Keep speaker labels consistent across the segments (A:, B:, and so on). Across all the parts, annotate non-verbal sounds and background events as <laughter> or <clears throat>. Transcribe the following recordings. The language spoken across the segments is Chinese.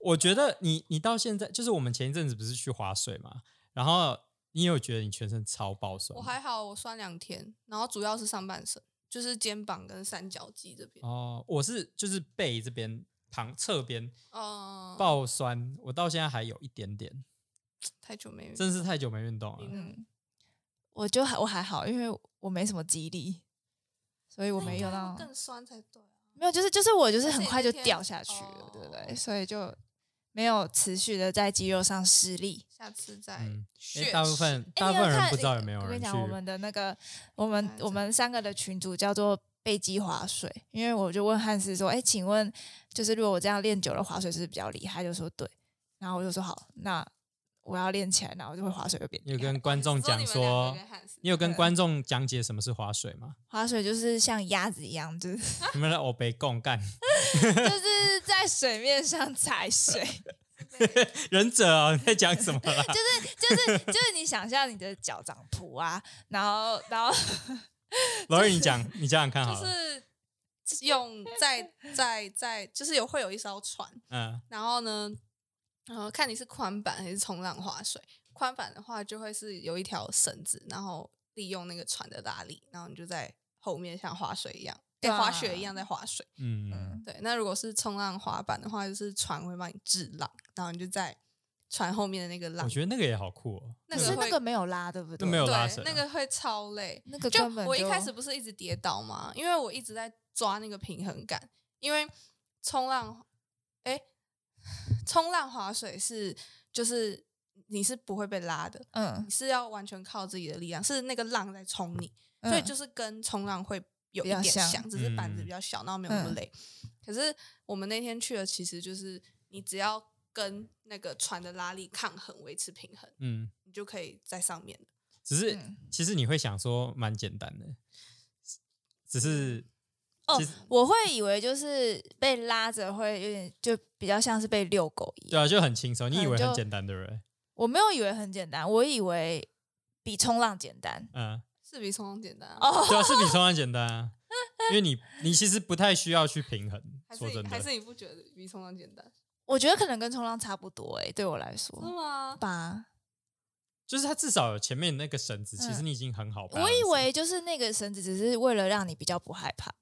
A: 我觉得你你到现在，就是我们前一阵子不是去划水嘛，然后你有觉得你全身超爆酸
B: 我
A: 吗？
B: 还好，我酸两天，然后主要是上半身，就是肩膀跟三角肌这边。
A: 哦，我是就是背这边旁侧边
B: 哦、
A: 爆酸，我到现在还有一点点，
B: 太久没运
A: 真是太久没运动了。
B: 嗯，
C: 我就还我还好，因为我没什么肌力，所以我没
B: 那
C: 有
B: 应
C: 到
B: 该会更酸才对啊、
C: 没有，就是就是我就是
B: 但是
C: 很
B: 你
C: 快
B: 那
C: 就
B: 天
C: 掉下去了
B: 哦，
C: 对不对？所以就没有持续的在肌肉上施力。
B: 下次再、
A: 嗯，因
B: 血
A: 为大部
B: 实
A: 分
C: 哎
A: 大
C: 你
A: 部分人
C: 看
A: 不知道
C: 你
A: 有没有
C: 我跟
A: 人
C: 你
A: 去
C: 讲，我们的那个，我们
B: 看
C: 我们三个的群组叫做“背肌划水”，因为我就问汉斯说：“哎，请问，就是如果我这样练久了，划水是不是比较厉害？”他就说：“对。”然后我就说：“好，那我要练起来，然后我就会划水就变
A: 你
C: 厉
A: 有
C: 害。
A: 跟观众
B: 之后
A: 讲
B: 你们两个
A: 说，
B: 跟汉斯
A: 你有跟
C: 对
A: 观众讲解什么是划水吗？ <laughs>
C: 划水就是像鸭子一样，就是
A: 你们的欧北共干
C: 就是在水面上踩水，
A: 忍者哦，你在讲什么啦？
C: 就是就是就是你想象你的脚掌蹼啊，然后然后
A: 罗瑞，你讲，你讲讲看好
B: 就
A: 了。 <laughs>
B: 是用在在在，就是有会有一艘船，
A: 嗯，
B: 然后呢，呃，看你是宽板还是冲浪划水。宽板的话，就会是有一条绳子，然后利用那个船的拉力，然后你就在后面像划水一样，
C: 对
B: 跟
C: 啊
B: 滑雪一样在划水。
A: 嗯，
B: 对，那如果是冲浪滑板的话，就是船会帮你制浪，然后你就在船后面的那个
A: 我
B: 浪，
A: 觉得那个也好酷哦。
B: 那
C: 可
B: 个
C: 是 <laughs> 那
B: 会
C: 个没有拉，对不对？
A: 那没有拉
B: 对
A: 绳，
B: 那个会超累。
C: 那个
B: 就
C: 根本
B: 我一
C: 就
B: 开始不是一直跌倒吗？因为我一直在抓那个平衡感，因为冲浪，哎，冲浪划水是就是你是不会被拉的，
C: 嗯
B: 你，是要完全靠自己的力量，是那个浪在冲你，
C: 嗯
B: 所以就是跟冲浪会有一
C: 比较
B: 点
C: 像
B: 像，只是板子
A: 嗯
B: 比较小，然后没有那么
C: 嗯
B: 累。可是我们那天去的其实就是你只要跟那个船的拉力抗衡，维持平衡，
A: 嗯，
B: 你就可以在上面了。
A: 只是
C: 嗯
A: 其实你会想说蛮简单的，只是
C: 哦
A: 其实
C: 我会以为就是被拉着会有点，就比较像是被遛狗一
A: 对
C: 样。
A: 啊，就很轻松。你以为
C: 可能
A: 很
C: 就
A: 简单，对不对？
C: 我没有以为很简单，我以为比冲浪简单。
A: 嗯，
B: 是比冲浪简单啊！
C: 哦，
A: 对啊，是比冲浪简单啊，因为你你其实不太需要去平衡。
B: 还是
A: 说真
B: 你还
A: 的，
B: 是你不觉得比冲浪简单？
C: 我觉得可能跟冲浪差不多欸诶、对我来
B: 是
C: 说
B: 吗？
C: 吧。
A: 就是它至少有前面那个绳子，其实
C: 嗯
A: 你已经很好 balance 了。
C: 我以为就是那个绳子只是为了让你比较不害怕，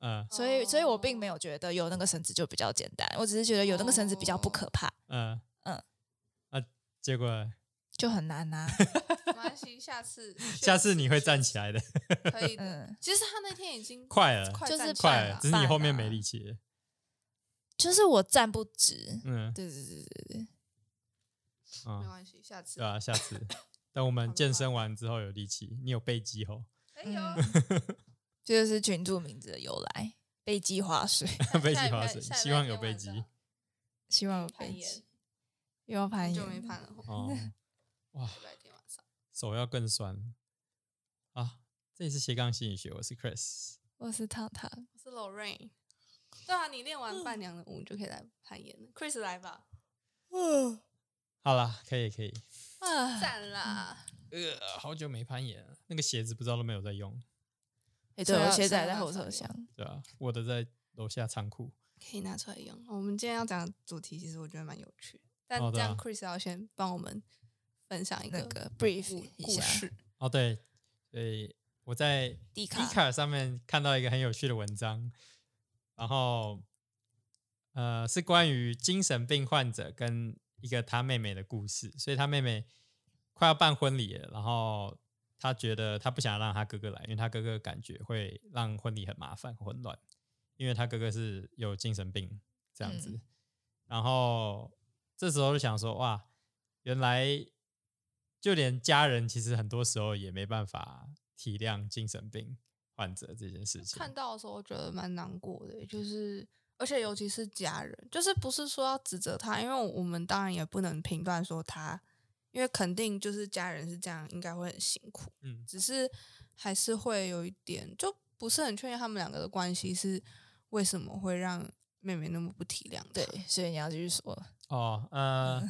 A: 嗯
C: 所以所以我并没
B: 有。
C: 有觉得有那个绳子就比较简单，我只是觉得有那个绳子比较不
B: 哦
C: 可怕，
A: 嗯
C: 嗯
A: 啊，结果
C: 就很难啊
B: <laughs>
C: 呐、
B: 没关系，下
C: <laughs>
B: 次
A: 下次你会站起来的，
B: 可以的。
C: 嗯，
B: 其实他那
A: <laughs>
B: 天已经
A: 快了，
B: <laughs> 快
C: 就是
B: 站起
A: 快
B: 来
A: 了，
B: 了
A: 只是你后面
C: 办啊
A: 没力气了。
C: 就是我站不直。
A: 嗯
C: 对对对对对，
B: 没
A: 嗯，
B: 关系，下次
A: 对啊，下次等我
B: 好
A: 们
B: 的
A: 健
B: 好
A: 身完之后有力气，你有背肌后，
B: 哎呦，
C: 嗯这就是群主名字的由来，背肌划水。
A: <laughs> 背
B: 下
A: 肌
B: 礼
A: 划
B: 拜
A: 水，
B: 下礼
A: 希
B: 拜
A: 望
B: 天
A: 有背
B: 晚
A: 肌
B: 上。
C: 希望有
B: 攀
C: 背
B: 岩
C: 肌，又要攀
B: 很
C: 岩，
B: 久没攀了，礼
A: 哦，
B: 拜天晚上。
A: 手要更酸啊！这里是斜杠心理学，我是 Chris。
C: 我是糖糖，
B: 我是 Lorraine。对啊，你练完伴娘的舞，你就可以来攀岩了。Chris 来吧，哦
C: 嗯
A: 好啦，可以可以。
C: 啊，
B: <laughs> 赞啦！
A: 呃，好久没攀岩了，那个鞋子不知道都没有在用，
C: 哎，
B: 所
C: 对，
B: 以
C: 我
B: 要
C: 鞋
B: 所以
C: 仔
B: 要
C: 在
B: 拿
C: 后
B: 出来
C: 车厢，
A: 对吧、啊我的在楼下仓库。
B: <laughs> 可以拿出来用。我们今天要讲的主题，其实我觉得蛮有趣的，但
A: 好的
B: 这样
A: 啊
B: Chris 要先帮我们分享一
C: 那
B: 个
C: 个
B: 故
C: brief 一
B: 故
C: 下，
B: 事。啊
A: 哦，对，所以我在迪
C: D 卡
A: 卡上面看到一个很有趣的文章，然后呃是关于精神病患者跟一个他妹妹的故事，所以他妹妹快要办婚礼了，然后他觉得他不想让他哥哥来，因为他哥哥感觉会让婚礼很麻烦混乱，因为他哥哥是有精神病这样子，然后这时候就想说哇，原来就连家人其实很多时候也没办法体谅精神病患者这件事情。
B: 看到的时候，我觉得蛮难过的，欸就是而且尤其是家人，就是不是说要指责他，因为我们当然也不能评断说他，因为肯定就是家人是这样，应该会很辛苦。
A: 嗯
B: 只是还是会有一点，就不是很确定他们两个的关系是为什么会让妹妹那么不体谅她。
C: 对，所以你要继续说，
A: 哦，呃，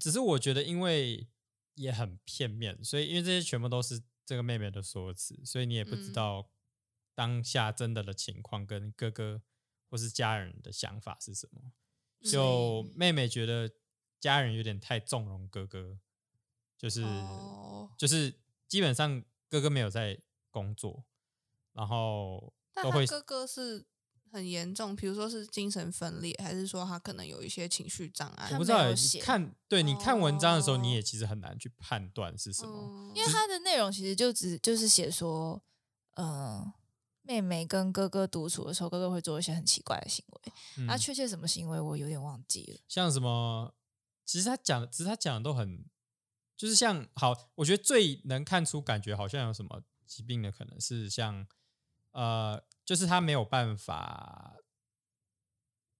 A: 只是我觉得因为也很片面，所以因为这些全部都是这个妹妹的说辞，所以你也不知
B: 嗯
A: 道当下真的的情况跟哥哥或是家人的想法是什么。就妹妹觉得家人有点太纵容哥哥，就是、
B: 哦
A: 就是基本上哥哥没有在工作，然后
B: 但
A: 都
B: 他
A: 会
B: 哥哥是很严重，比如说是精神分裂，还是说他可能有一些情绪障碍
A: 我
C: 他？
A: 不知道
C: 没有
A: 欸，你
C: 写
A: 看对你看文章的时候，你
B: 哦
A: 也其实很难去判断是什么。
B: 嗯
C: 因为它的内容其实就只就是写说，呃，妹妹跟哥哥独处的时候，哥哥会做一些很奇怪的行为。
A: 嗯
C: 那、确切什么行为，我有点忘记了。
A: 像什么，其实他讲，其实他讲的都很，就是像好，我觉得最能看出感觉好像有什么疾病的，可能是像呃，就是他没有办法，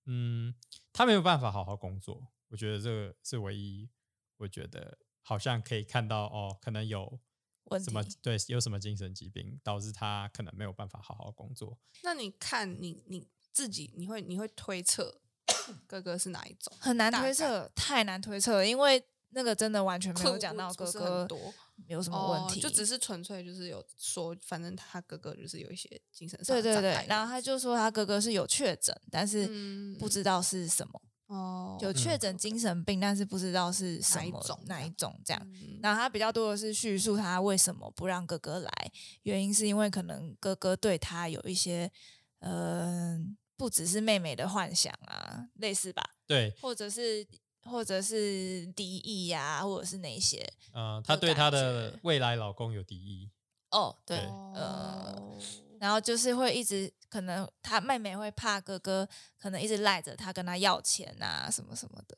A: 嗯，他没有办法好好工作。我觉得这个是唯一，我觉得好像可以看到哦，可能有
C: 问
A: 什么
C: 题
A: 对，有什么精神疾病导致他可能没有办法好好工作。
B: 那你看你你自己，你会你会推测 <coughs> 哥哥是哪一种？
C: 很难
B: 大
C: 推
B: 概
C: 测，太难推测了，因为那个真的完全没有
B: clue
C: 讲
B: 不
C: 到
B: 不
C: 哥
B: 是
C: 哥
B: 很多
C: 有什么问题，
B: 哦，就只是纯粹就是有说，反正他哥哥就是有一些精神上
C: 对
B: 的
C: 对
B: 障
C: 对
B: 碍。
C: 然后他就说他哥哥是有确诊，但是
B: 嗯
C: 不知道是什么，
B: 哦，
C: 有确诊精神病，但是不知道是什
B: 哪一
C: 么
B: 种
C: 哪一种这样。
B: 嗯
C: 然后他比较多的是叙述他为什么不让哥哥来，原因是因为可能哥哥对他有一些，呃，不只是妹妹的幻想啊，类似吧，
A: 对，
C: 或者是或者是敌意呀、或者是那一些。
A: 呃，她
C: 的
A: 对
C: 感
A: 她的
C: 觉
A: 未来老公有敌意。
C: 哦，对，呃
A: 对
B: 哦
C: 然后就是会一直可能他妹妹会怕哥哥，可能一直赖着他跟他要钱啊什么什么的。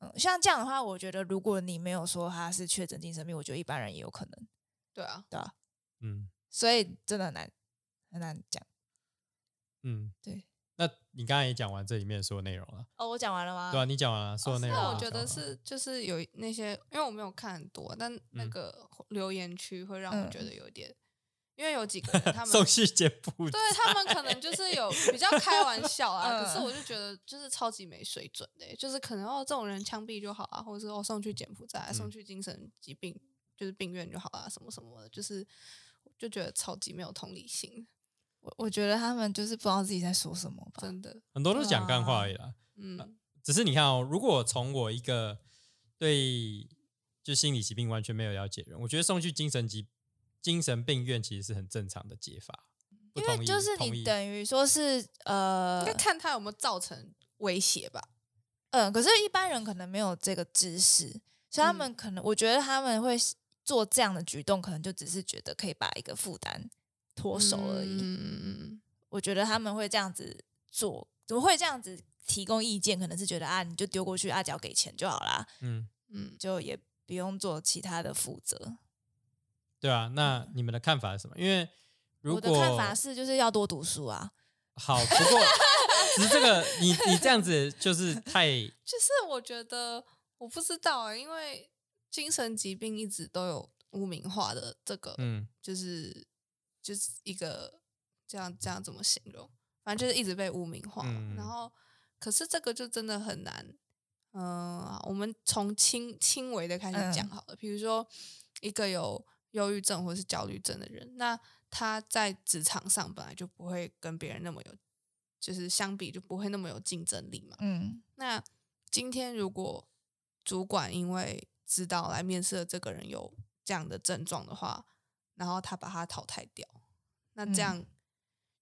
C: 嗯，像这样的话，我觉得如果你没有说他是确诊精神病，我觉得一般人也有可能，
B: 对啊，
C: 对吧、
A: 嗯，
C: 所以真的很难很难讲。
A: 嗯，
C: 对。
A: 那你刚才也讲完这里面所有内容了，
C: 哦，我讲完了吗？
A: 对啊，你讲完了所有内容
B: 那
A: 了。
B: 我觉得
A: 讲完了
B: 是就是有那些，因为我没有看很多，但那
A: 嗯
B: 个留言区会让我
C: 嗯
B: 觉得有点，因为有几个人他们
A: <laughs> 送。去柬埔寨
B: 对他们可能就是有比较开玩笑啊，
C: 嗯
B: 可是我就觉得就是超级没水准的欸、就是可能哦这种人枪毙就好啊，或者是哦送去柬埔寨啊、
A: 嗯
B: 送去精神疾病就是病院就好啊，什么什么的，就是就觉得超级没有同理心，
C: 我我觉得他们就是不知道自己在说什么吧。
B: 真的，
A: 很多都是讲干话而已啦。
B: 嗯，
A: 只是你看哦，如果从我一个对就心理疾病完全没有了解的人，我觉得送去精神疾精神病院其实是很正常的解法。不
C: 因
A: 同
C: 为
A: 意
C: 就是
A: 同
C: 你
A: 意
C: 等于说是呃
B: 应该看他有没有造成威胁吧，
C: 嗯，可是一般人可能没有这个知识，所以他们可能、我觉得他们会做这样的举动，可能就只是觉得可以把一个负担脱手而已。
B: 嗯嗯嗯嗯，
C: 我觉得他们会这样子做，怎么会这样子提供意见？可能是觉得啊，你就丢过去，啊，只要给钱就好啦，
A: 嗯，
B: 嗯，
C: 就也不用做其他的负责。
A: 对啊。那你们的看法是什么？因为如
C: 我
A: 果
C: 的看法是，就是要多读书啊。
A: 好，不过 <laughs> 只是这个你你这样子就是太
B: 就是我觉得我不知道、啊，因为精神疾病一直都有污名化的这个，
A: 嗯
B: 就是就是一个这样这样怎么形容？反正就是一直被污名化嘛。
A: 嗯
B: 然后，可是这个就真的很难。嗯、我们从轻轻微的开始讲
C: 嗯
B: 好了。比如说，一个有忧郁症或是焦虑症的人，那他在职场上本来就不会跟别人那么有，就是相比就不会那么有竞争力嘛。
C: 嗯，
B: 那今天如果主管因为知道来面试的这个人有这样的症状的话，然后他把他淘汰掉，那
C: 嗯
B: 这样、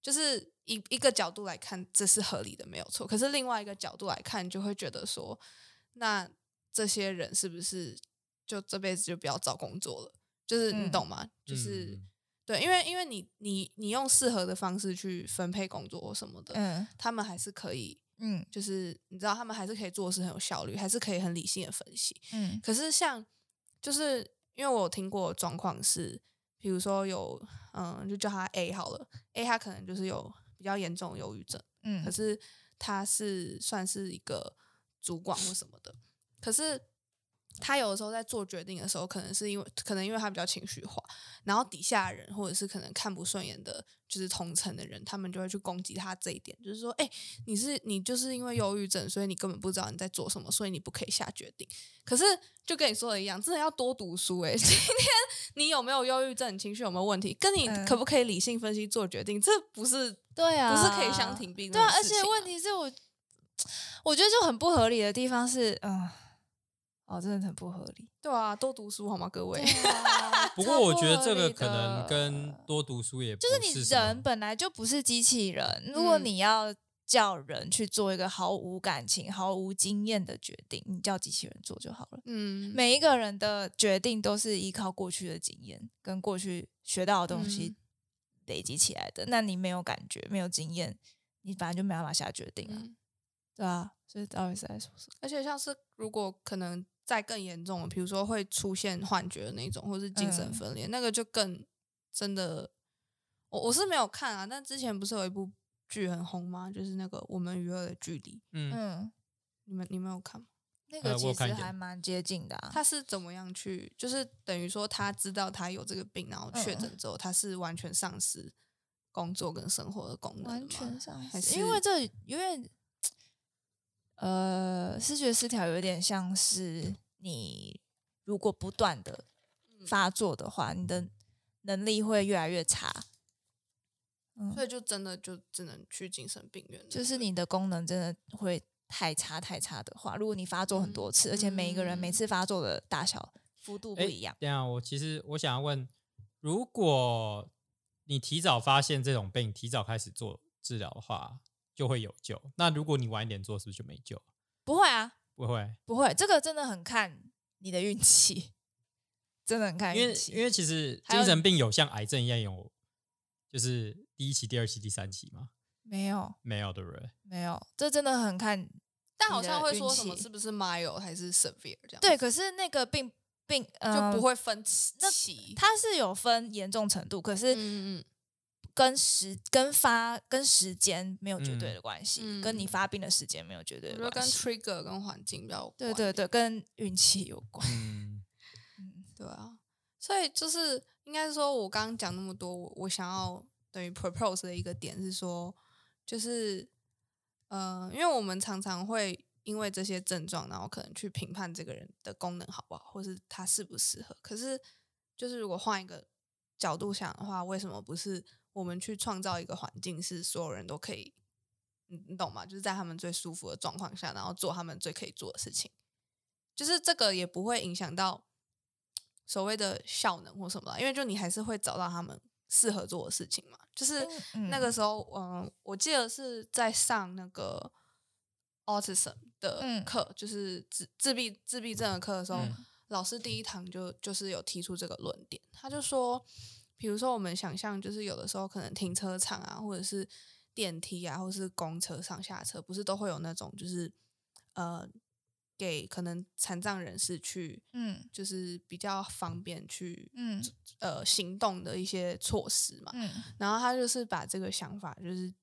B: 就是一一个角度来看，这是合理的，没有错。可是另外一个角度来看，就会觉得说，那这些人是不是就这辈子就不要找工作了？就是你
C: 嗯
B: 懂吗？就是、
A: 嗯
B: 对，因为因为你你你用适合的方式去分配工作或什么的，
C: 嗯
B: 他们还是可以
C: 嗯
B: 就是你知道他们还是可以做事很有效率，还是可以很理性的分析。
C: 嗯
B: 可是像就是因为我有听过的状况是，比如说有嗯，就叫他 A 好了，A 他可能就是有比较严重的忧郁症，
C: 嗯
B: 可是他是算是一个主管或什么的，可是。他有的时候在做决定的时候，可能是因为可能因为他比较情绪化，然后底下的人或者是可能看不顺眼的，就是同层的人，他们就会去攻击他这一点，就是说，哎、你是你就是因为忧郁症，所以你根本不知道你在做什么，所以你不可以下决定。可是就跟你说的一样，真的要多读书诶、 <laughs> 今天你有没有忧郁症，你情绪有没有问题，跟你
C: 嗯
B: 可不可以理性分析做决定，这不是
C: 对啊，
B: 不是可以相提并论
C: 对啊，
B: 的
C: 而
B: 事情
C: 且
B: 啊
C: 问题是我我觉得就很不合理的地方是，嗯，哦，真的很不合理。
B: 对啊，多读书好吗，各位？啊
C: <laughs>
A: 不过我觉得这个可
C: 超
A: 能
C: 不合理的
A: 跟多读书也不
C: 就是你
A: 什么
C: 人本来就不是机器人，如果
B: 嗯
C: 你要叫人去做一个毫无感情、毫无经验的决定，你叫机器人做就好了。
B: <laughs> 嗯，
C: 每一个人的决定都是依靠过去的经验跟过去学到的东西
B: 嗯
C: 累积起来的。那你没有感觉，没有经验，你本来就没办法下决定啊，
B: 嗯
C: 对啊。所以到底是在说什么？
B: 而且像是如果可能再更严重的，比如说会出现幻觉的那种，或是精神
C: 嗯
B: 分裂，那个就更真的，我我是没有看啊，但之前不是有一部剧很红吗？就是那个《我们与恶的距离》，
A: 嗯，
C: 嗯，
B: 你们你们有看吗？
C: 那
A: 呃
C: 个
A: 我
C: 其
A: 有看一
C: 实
A: 点
C: 还蛮接近的、啊。
B: 他是怎么样去？就是等于说他知道他有这个病，然后确诊之后，他是完全丧失工作跟生活的功能的吗，
C: 完全丧
B: 还
C: 失，
B: 是
C: 因为这因为呃，视觉失调有点像是你如果不断的发作的话，你的能力会越来越差，
B: 所以就真的就只能去精神病院了，
C: 就是你的功能真的会太差太差的话，如果你发作很多次，而且每一个人每
B: 嗯
C: 次发作的大小幅度不
A: 诶
C: 一样，
A: 这样我其实我想要问，如果你提早发现这种病，提早开始做治疗的话，就会有救。那如果你晚一点做，是不是就没救？
C: 不会啊，
A: 不会，
C: 不会，这个真的很看你的运气，真的很看
A: 因为
C: 运气，
A: 因为其实
C: 还有
A: 精神病有像癌症一样有，就是第一期、第二期、第三期吗？
C: 没有
A: 没有，对不对？
C: 没有，这真的很看
B: 但好像会
C: 你的运
B: 说什么
C: 气
B: 是不是 mild 还是 severe 这样，
C: 对，，可是那个并并呃
B: 就不，会分期
C: 那
B: 期。
C: 它是有分严重程度，可是
B: 嗯嗯
C: 跟时跟发跟时间没有绝对
A: 嗯
C: 的关系，跟你
B: 嗯
C: 发病的时间没有绝对
B: 嗯，我觉
C: 的
B: 得跟
C: 关系。
B: trigger 跟环境比较有关
C: 对对对，跟运气有关。
A: 嗯，
C: 嗯
B: 对啊，所以就是应该是说，我刚刚讲那么多，我我想要等于 propose 的一个点是说，就是呃，因为我们常常会因为这些症状，然后可能去评判这个人的功能好不好，或是他适不适合。可是就是如果换一个角度想的话，为什么不是我们去创造一个环境，是所有人都可以？你你懂吗？就是在他们最舒服的状况下，然后做他们最可以做的事情。就是这个也不会影响到所谓的效能或什么的，因为就你还是会找到他们适合做的事情嘛。就是
C: 嗯
B: 那个时候，嗯、我记得是在上那个 autism 的
C: 嗯
B: 课，就是自自闭自闭症的课的时候，
A: 嗯
B: 老师第一堂就就是有提出这个论点，他就说，比如说我们想象就是有的时候可能停车场啊，或者是电梯啊，或是公车上下车，不是都会有那种就是呃给可能残障人士去
C: 嗯
B: 就是比较方便去
C: 嗯
B: 呃行动的一些措施嘛。
C: 嗯
B: 然后他就是把这个想法，就是嗯、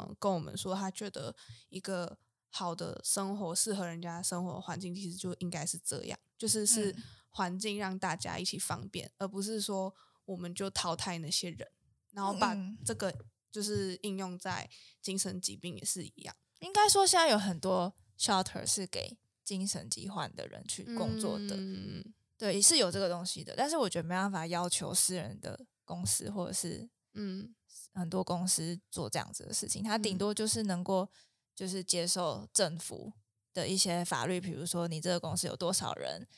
B: 呃跟我们说，他觉得一个好的生活、适合人家的生活环境，其实就应该是这样，就是是
C: 嗯
B: 环境让大家一起方便，而不是说我们就淘汰那些人，然后把
C: 嗯嗯
B: 这个就是应用在精神疾病也是一样。
C: 应该说现在有很多 shelter 是给精神疾患的人去工作的，
B: 嗯
C: 对，是有这个东西的。但是我觉得没办法要求私人的公司或者是
B: 嗯
C: 很多公司做这样子的事情，它顶
B: 嗯
C: 多就是能够就是接受政府的一些法律，比如说你这个公司有多少人，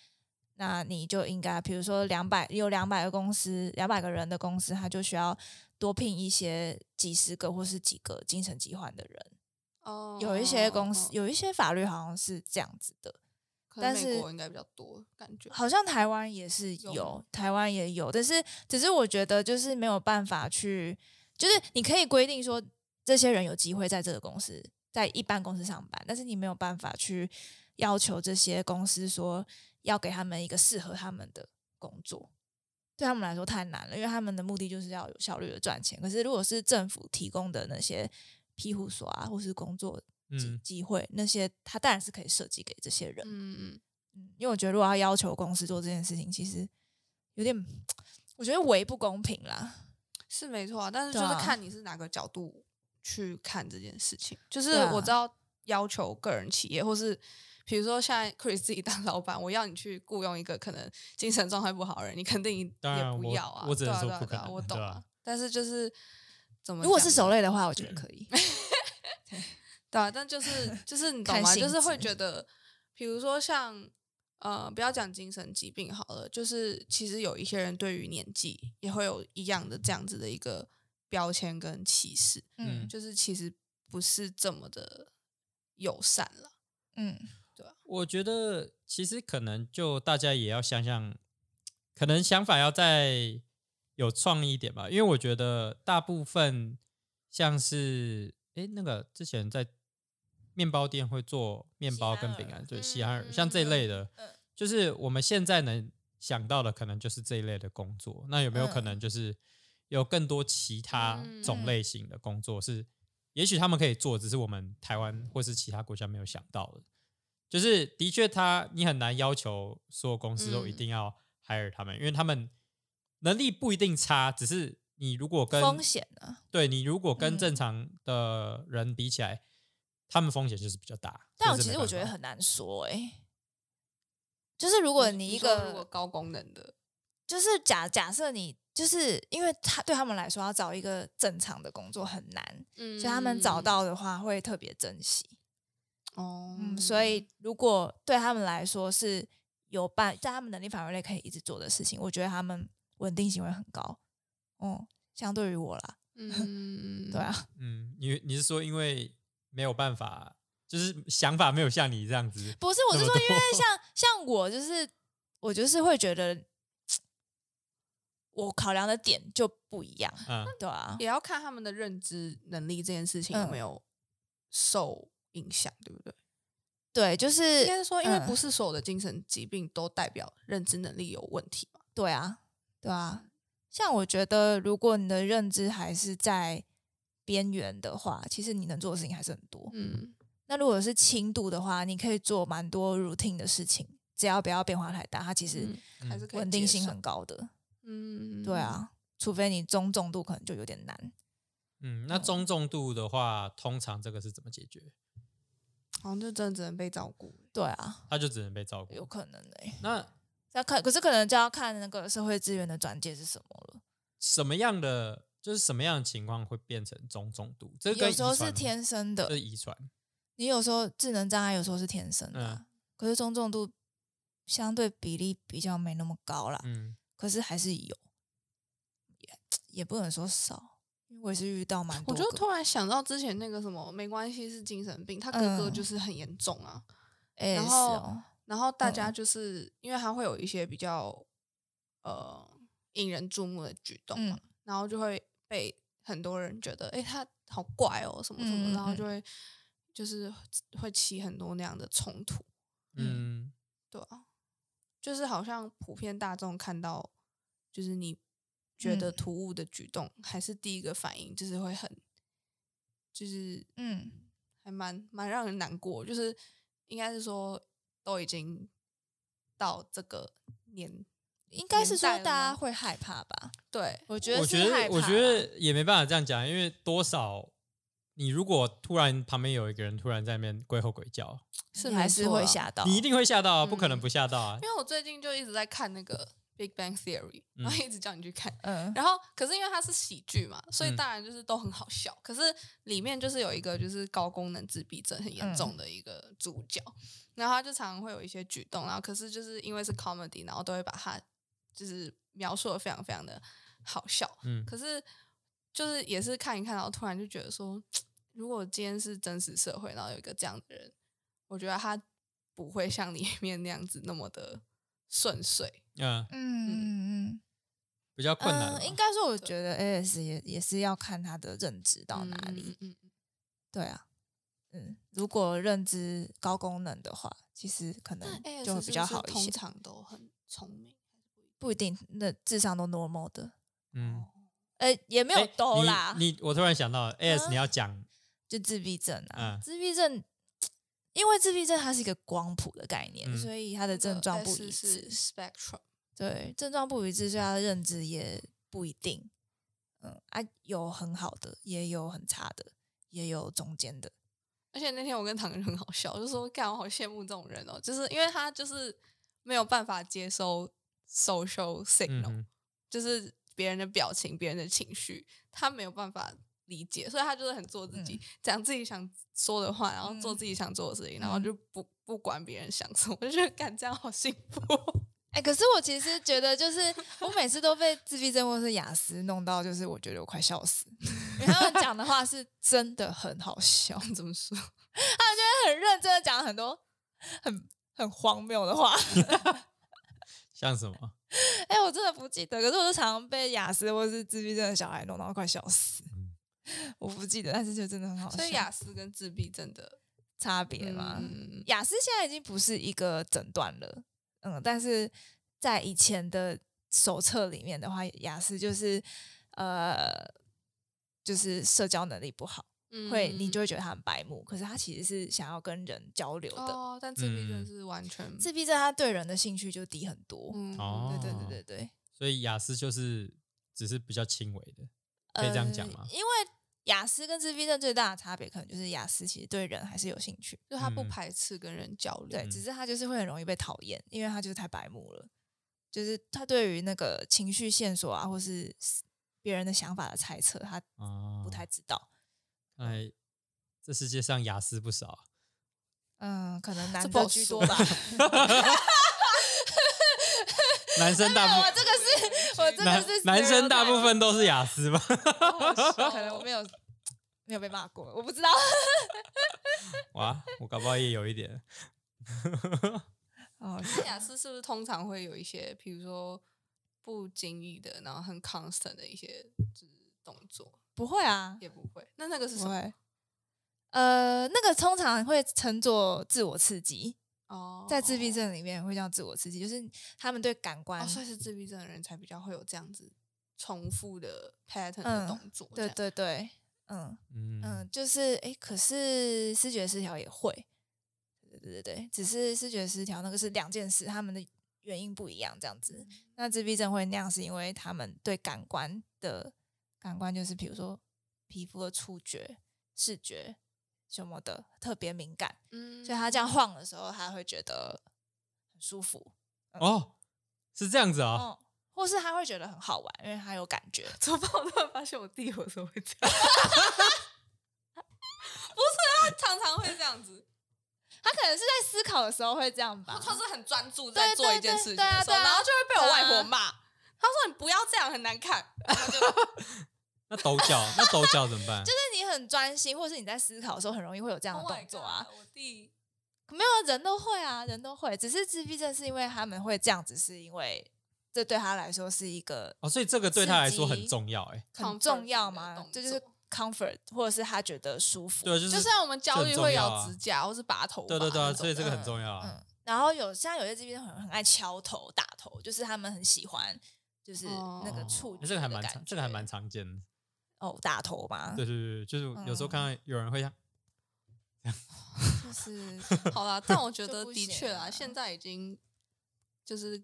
C: 那你就应该，比如说两百有两百个公司，两百个人的公司，它就需要多聘一些几十个或是几个精神疾患的人。
B: 哦，
C: 有一些公司
B: 有，
C: 有一些法律好像是这样子的，
B: 可能
C: 但
B: 美
C: 是
B: 国应该比较多感觉。
C: 好像台湾也是
B: 有
C: 有，
B: 吗
C: 台湾也有，但是只是我觉得就是没有办法去，就是你可以规定说这些人有机会在这个公司，在一般公司上班，但是你没有办法去要求这些公司说要给他们一个适合他们的工作。对他们来说太难了，因为他们的目的就是要有效率的赚钱。可是如果是政府提供的那些庇护所啊，或是工作机
A: 嗯
C: 机会，那些他当然是可以设计给这些人。
B: 嗯嗯。
C: 嗯，因为我觉得如果要要求公司做这件事情，其实有点，我觉得为不公平啦。
B: 是没错啊，但是就
C: 对
B: 是
C: 啊
B: 看你是哪个角度去看这件事情。就是
C: 对啊
B: 我知道要求个人企业，或是比如说现在 Chris 自己当老 <laughs> 板，我要你去雇佣一个可能精神状态不好的人，你肯定
A: 当
B: 也
A: 然
B: 不
A: 我
B: 要啊。
A: 我只能说
B: 对啊对啊
A: 不可
B: 对啊
A: 能
B: 我懂
A: 对
B: 啊
A: 啊。
B: 但是就是怎么讲呢，嗯 <laughs>
C: 嗯如果是手累的话，我觉得可以。
B: 对啊，但就是就
A: <laughs>
B: 是你懂
C: 看
B: 吗？
C: 性
B: 就是会
C: 质
B: 觉得，比如说像呃，不要讲精神疾病好了，就是其实有一些人对于年纪也会有一样的这样子的一个标签跟歧视，
A: 嗯
C: 嗯
B: 就是其实不是这么的友善了。
C: 嗯
A: 我觉得其实可能就大家也要想想，可能想法要再有创意一点吧，因为我觉得大部分像是诶那个之前在面包店会做面包跟饼干，对，
B: 嗯
A: 西安尔
B: 嗯
A: 像这一类的
C: 嗯，
A: 就是我们现在能想到的可能就是这一类的工作。那有没有可
C: 嗯
A: 能就是有更多其他
B: 嗯
A: 种类型的工作是，也许他们可以做，只是我们台湾或是其他国家没有想到的。就是的确他，你很难要求所有公司都一
B: 嗯
A: 定要 hire 他们，因为他们能力不一定差，只是你如果跟
C: 风险啊呢？
A: 对你如果跟
C: 嗯
A: 正常的人比起来，他们风险就是比较大。
C: 但
A: 这
C: 我
A: 是
C: 其
A: 没
C: 实
A: 办
C: 我觉得
A: 法嗯
C: 很难说哎、 <laughs> 就是如果你一
B: 嗯说如果
C: 个，
B: 高功能的，
C: 就是假假设你，就是因为他对他们来说要找一个正常的工作很难，
B: 嗯
C: 所以他们找到的话会特别珍惜。
B: 哦、
C: 嗯，所以如果对他们来说是有办在他们能力范围内可以一直做的事情，我觉得他们稳定性会很高。嗯，相对于我啦，
B: 嗯，
C: 对啊，
A: 嗯，你你是说因为没有办法，就是想法没有像你这样子，
C: <laughs> 不是，我是
A: 那
C: 说
A: 么，
C: 因为
A: 多
C: 像像我就是我就是会觉得。我考量的点就不一样，
A: 嗯，
C: 对啊，
B: 也要看他们的认知能力这件事情有没
C: 嗯
B: 有受影响，对不对？
C: 对，就是
B: 应该是说，因为
C: 嗯
B: 不是所有的精神疾病都代表认知能力有问题嘛。
C: 对啊，对
B: 嗯
C: 啊。像我觉得，如果你的认知还是在边缘的话，其实你能做的事情还是很多。
B: 嗯
C: 那如果是轻度的话，你可以做蛮多 routine 的事情，只要不要变化太大，它其实
B: 嗯还是可以
C: 稳定
B: 接
C: 性
B: 受
C: 很高的。
B: 嗯，
C: 对，啊，除非你中重度，可能就有点难。
A: 嗯，那中重度的话，通常这个是怎么解决？
B: 好像就真的只能被照顾。
C: 对啊，
A: 他就只能被照
C: 有
A: 顾。
C: 可能诶、
A: 那
C: 那看，可是可能就要看那个社会资源的转介是什么了。
A: 什么样的就是什么样的情况会变成中重度？这跟
C: 有时候
A: 遗传
C: 是天生的
A: 这，是遗传，
C: 你有时候智能障碍有时候是天生的啊、
A: 嗯
C: 可是中重度相对比例比较没那么高啦，
A: 嗯，
C: 可是还是有，也也不能说少，因为我也是遇到蛮
B: 我
C: 多
B: 就
C: 个，
B: 突然想到之前那个什么，没关系是精神病，他哥哥
C: 嗯
B: 就是很严重啊。
C: 哎、
B: 然
C: 是
B: 后
C: 哦，
B: 然后大家
C: 嗯
B: 就是、因为他会有一些比较呃引人注目的举动嘛，
C: 嗯
B: 然后就会被很多人觉得，哎、他好怪哦，什么什么，
C: 嗯嗯
B: 然后
C: 嗯
B: 就会就是会起很多那样的冲突，
A: 嗯，
B: 对啊，就是好像普遍大众看到，就是你觉得
C: 嗯
B: 突兀的举动，还是第一个反应就是会很，就是
C: 嗯，
B: 还蛮蛮让人难过，就是应该是说都已经到这个年，
C: 应该是说
B: 年代了
C: 大家
B: 吗
C: 会害怕吧？
B: 对，
C: 我觉得
A: 我觉
C: 是害
A: 得
C: 怕
A: 我
C: 啦
A: 觉得也没办法这样讲，因为多少你如果突然旁边有一个人突然在那边鬼吼鬼叫，
B: 是
C: 你还
B: 没
C: 是
B: 错
C: 会
B: 啊
C: 吓到，
A: 你一定会吓到啊，不可能
B: 嗯
A: 不吓到啊
B: 因。为我最近就一直在看那个《Big Bang Theory》，然后一直叫你去看。
C: 嗯
B: 然后，可是因为它是喜剧嘛，所以
A: 嗯
B: 当然就是都很好笑。可是里面就是有一个就是高功能自闭症很
C: 嗯
B: 严重的一个主角，然后他就常常会有一些举动，然后可是就是因为是 comedy，然后都会把他就是描述的非常非常的好笑。
A: 嗯
B: 可是就是也是看一看，然后突然就觉得说，如果今天是真实社会，然后有一个这样的人，我觉得他不会像里面那样子那么的顺遂。
A: 嗯，
C: 嗯嗯
A: 比较
C: 嗯，
A: 困难啊
C: 嗯，应
A: 了。
C: 该说我觉得 AS 也也是要看他的认知到哪里，
B: 嗯？嗯嗯
C: 对啊，嗯，如果认知高功能的话，其实可
B: 那
C: 能
B: AS
C: 就会
B: 是不
C: 比较
B: 是
C: 好一
B: 通
C: 些。
B: 常都很聪明。
C: 不一定，那智商都 normal 的，
A: 嗯，
C: 呃，也没有
A: 诶
C: 都
A: 你
C: 啦，
A: 你我突然想到，AS
C: 嗯
A: 你要讲，
C: 就自闭症
A: 嗯
C: 啊，自闭症。因为自闭症它是一个光谱的概念，
A: 嗯
C: 所以它的症状不一致
B: 是。spectrum，
C: 对，症状不一致，所以它的认知也不一定。嗯啊，有很好的，也有很差的，也有中间的。
B: 而且那天我跟唐人很好笑，就说干我好羡慕这种人哦，就是因为他就是没有办法接收 social
A: 嗯
B: signal，、
A: 哼
B: 就是别人的表情、别人的情绪，他没有办法理解，所以他就是很做自己，讲自己想说的话，然后做
C: 嗯
B: 自己想做的事情，然后
C: 嗯
B: 就不不管别人想什么，我就 <laughs> 觉得干这样好幸福
C: <laughs>
B: 哦。
C: 哎、可是我其实觉得，就是 <laughs> 我每次都被自闭症或是雅思弄到，就是我觉得我快笑死， <laughs> 因为他们讲的话是真的很好笑，
B: 怎么说？
C: 很认真的讲很多很很荒谬的 <laughs> 话。
A: 像什么？
C: 哎、我真的不记得，可是我就常常被雅思或是自闭症的小孩弄到快笑死
A: 嗯。
C: 我不记得，但是就真的很好笑。
B: 所以雅思跟自闭症的
C: 差别嘛，
B: 嗯
C: 雅思现在已经不是一个诊断了，嗯，但是在以前的手册里面的话，雅思就是呃，就是社交能力不好，
B: 嗯
C: 会你就会觉得他很白目，可是他其实是想要跟人交流的。
B: 哦，但自闭症
A: 嗯
B: 是完全
C: 自闭症他对人的兴趣就低很多，
B: 嗯
A: 哦
C: 对对对对对，
A: 所以雅思就是只是比较轻微的，哦可以这样讲吗
C: 呃？因为雅思跟自闭症最大的差别，可能就是雅思其实对人还是有兴趣，
B: 就他不
A: 嗯
B: 排斥跟人交流， <laughs>
C: 对，只是他就是会很容易被讨厌，因为他就是太白目了，就是他对于那个情绪线索啊，或是别人的想法的猜测，他
A: 啊，
C: 不太知道。
A: 看来哎这世界上雅思不少啊，
C: 嗯，可能男
B: 不好
C: 的居
B: 说
C: 多吧。
A: 男生大
C: 我
A: 部
C: 哦这个
B: <laughs>
C: 是，我 <laughs> 这
A: 男
C: 个是
A: 男生大部
C: stereotype，
A: 分都是雅思吧？
C: 可能
B: 哦
C: 我没有没有被骂过，我不知道。
A: 哇，我搞不好也有一点。
C: 哦，
B: 那雅思是不是通常会有一些，比如说不经意的，然后很 constant 的一些就是动作，
C: 不会啊，
B: 也不会。那那个是什
C: 不
B: 么？
C: 会。呃，那个通常会称作自我刺激，
B: 哦，
C: 在自闭症里面会叫自我刺激，就是他们对感官
B: 哦，所以是自闭症的人才比较会有这样子重复的 pattern 的
C: 嗯
B: 动作。
C: 对，对对，嗯
A: 嗯
C: 嗯，就是诶，可是视觉失调也会，对对对对，只是视觉失调那个是两件事，他们的原因不一样，这样子。那自闭症会那样，是因为他们对感官的感官，就是比如说皮肤的触觉、视觉什么的特别敏感，
B: 嗯
C: 所以他这样晃的时候，他会觉得很舒服，
A: 哦，是这样子啊、
C: 嗯，或是他会觉得很好玩，因为他有感觉。
B: 怎么办？我突然发现我弟有时候会这样，不是他常常会这样子，
C: 他可能是在思考的时候会这样 <laughs> 吧，
B: 他是很专注在
C: 对
B: 做
C: 对
B: 一件
C: 对
B: 事情
C: 对啊
B: 的时候，
C: 对啊
B: 然后就会被我外
C: 对
B: 婆
C: 啊
B: 骂。他说：“你不要这样，很难看。然后就
A: 那抖脚，那抖脚怎么办？
C: 就是你很专心，或是你在思考的时候，很容易会有这样的
B: Oh my
C: 动作啊。
B: God，我弟
C: 没有人都会啊，人都会，只是自闭症是因为他们会这样子，是因为这对他来说是一个
A: 哦，所以这个对他来说很重要、哎，
C: 很
B: comfort
C: 重要
B: 的
C: 嘛
B: 动，
C: 这就
B: 作
C: 是 comfort，或者是他觉得舒服。
A: 对啊，就
B: 就是像我们焦虑
A: 这很
B: 会
A: 重要啊
B: 咬指甲，或是拔头发那
A: 对
B: 种
A: 对
B: 的，
A: 对啊，所以这个很
C: 嗯
A: 重要啊。
C: 嗯，然后有像有些自闭症很很爱敲头、打头，就是他们很喜欢，就是那个
A: 哦
C: 触觉、
A: 这个还蛮常，这个还蛮常见的。
C: 哦，打头嘛，
A: 对对对，对就是
C: 嗯
A: 有时候看到有人会
C: <laughs>
A: 像，
B: <laughs>
C: 就是
B: 好啦，但我觉
C: 就
B: 得
C: 不
B: 的
C: 行
B: 确啦，
C: 啊
B: 现在已经就是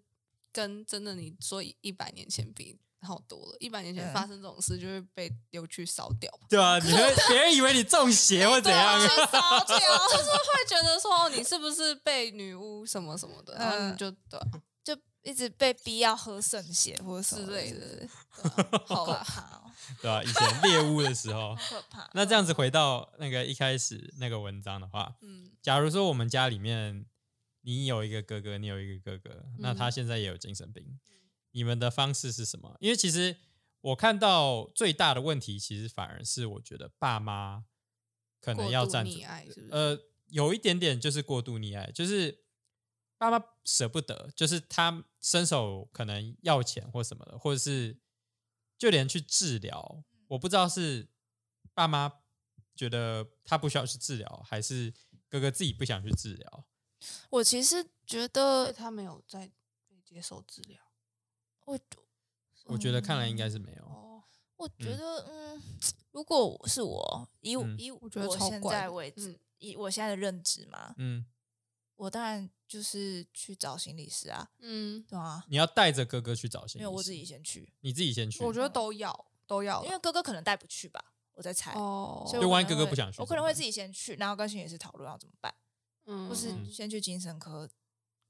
B: 跟真的你说一百年前比好多了。一百年前
C: 嗯
B: 发生这种事，就会被流去烧掉吧。
A: 对啊，你会别人以为你中邪或怎样
B: 对啊，？去
C: 哦
B: 烧掉，就是 <laughs> 会觉得说哦你是 <laughs> 不是被女巫什么什么的，然后你
C: 嗯
B: 就对啊
C: 就一直被逼要喝圣血或者什
B: 之
C: 么
B: 类
C: 是不是
B: 的，对啊好
C: 好可
B: 啦，
C: 怕哦，
A: 对啊，以前猎物的时候
C: 好，可怕。
A: 那这样子回到那个一开始那个文章的话，
B: 嗯
A: 假如说我们家里面你有一个哥哥，你有一个哥哥，那他
B: 嗯
A: 现在也有精神病，你们的方式是什么？因为其实我看到最大的问题，其实反而是我觉得爸妈可能
B: 过
A: 要
B: 度
A: 站
B: 溺
A: 住
B: 爱是不是
A: 呃，有一点点就是过度溺爱，就是爸妈舍不得，就是他伸手可能要钱或什么的，或者是就连去治疗，
B: 嗯
A: 我不知道是爸妈觉得他不需要去治疗，还是哥哥自己不想去治疗。
C: 我其实觉
B: 所以
C: 得，
B: 他没有在被接受治疗
C: 我
A: 我觉得看来应该
C: 嗯
A: 是没有，
B: 哦，
C: 我觉得，嗯，如果我是我，以我
A: 嗯
C: 以我
B: 觉得超
C: 现
B: 怪
C: 在
B: 的
C: 为止，
B: 嗯
C: 以我现在的认知嘛，
A: 嗯，
C: 我当然就是去找心理师啊，
B: 嗯，
C: 对啊，
A: 你要带着哥哥去找心理
C: 因为
A: 师，
C: 我自己先去，
A: 你自己先去，
B: 我觉得都要都要啦，
C: 因为哥哥可能带不去吧，我在猜。
B: 哦，
C: 所以
A: 就
C: 我可
A: 万一
C: 能
A: 哥哥
C: 会
A: 不想去
C: 我
A: 怎
C: 可能
A: 么
C: 会
A: 办
C: 自己先去，然后跟心理师讨论要怎么办，
B: 嗯嗯
C: 或是
B: 嗯
C: 先去精神科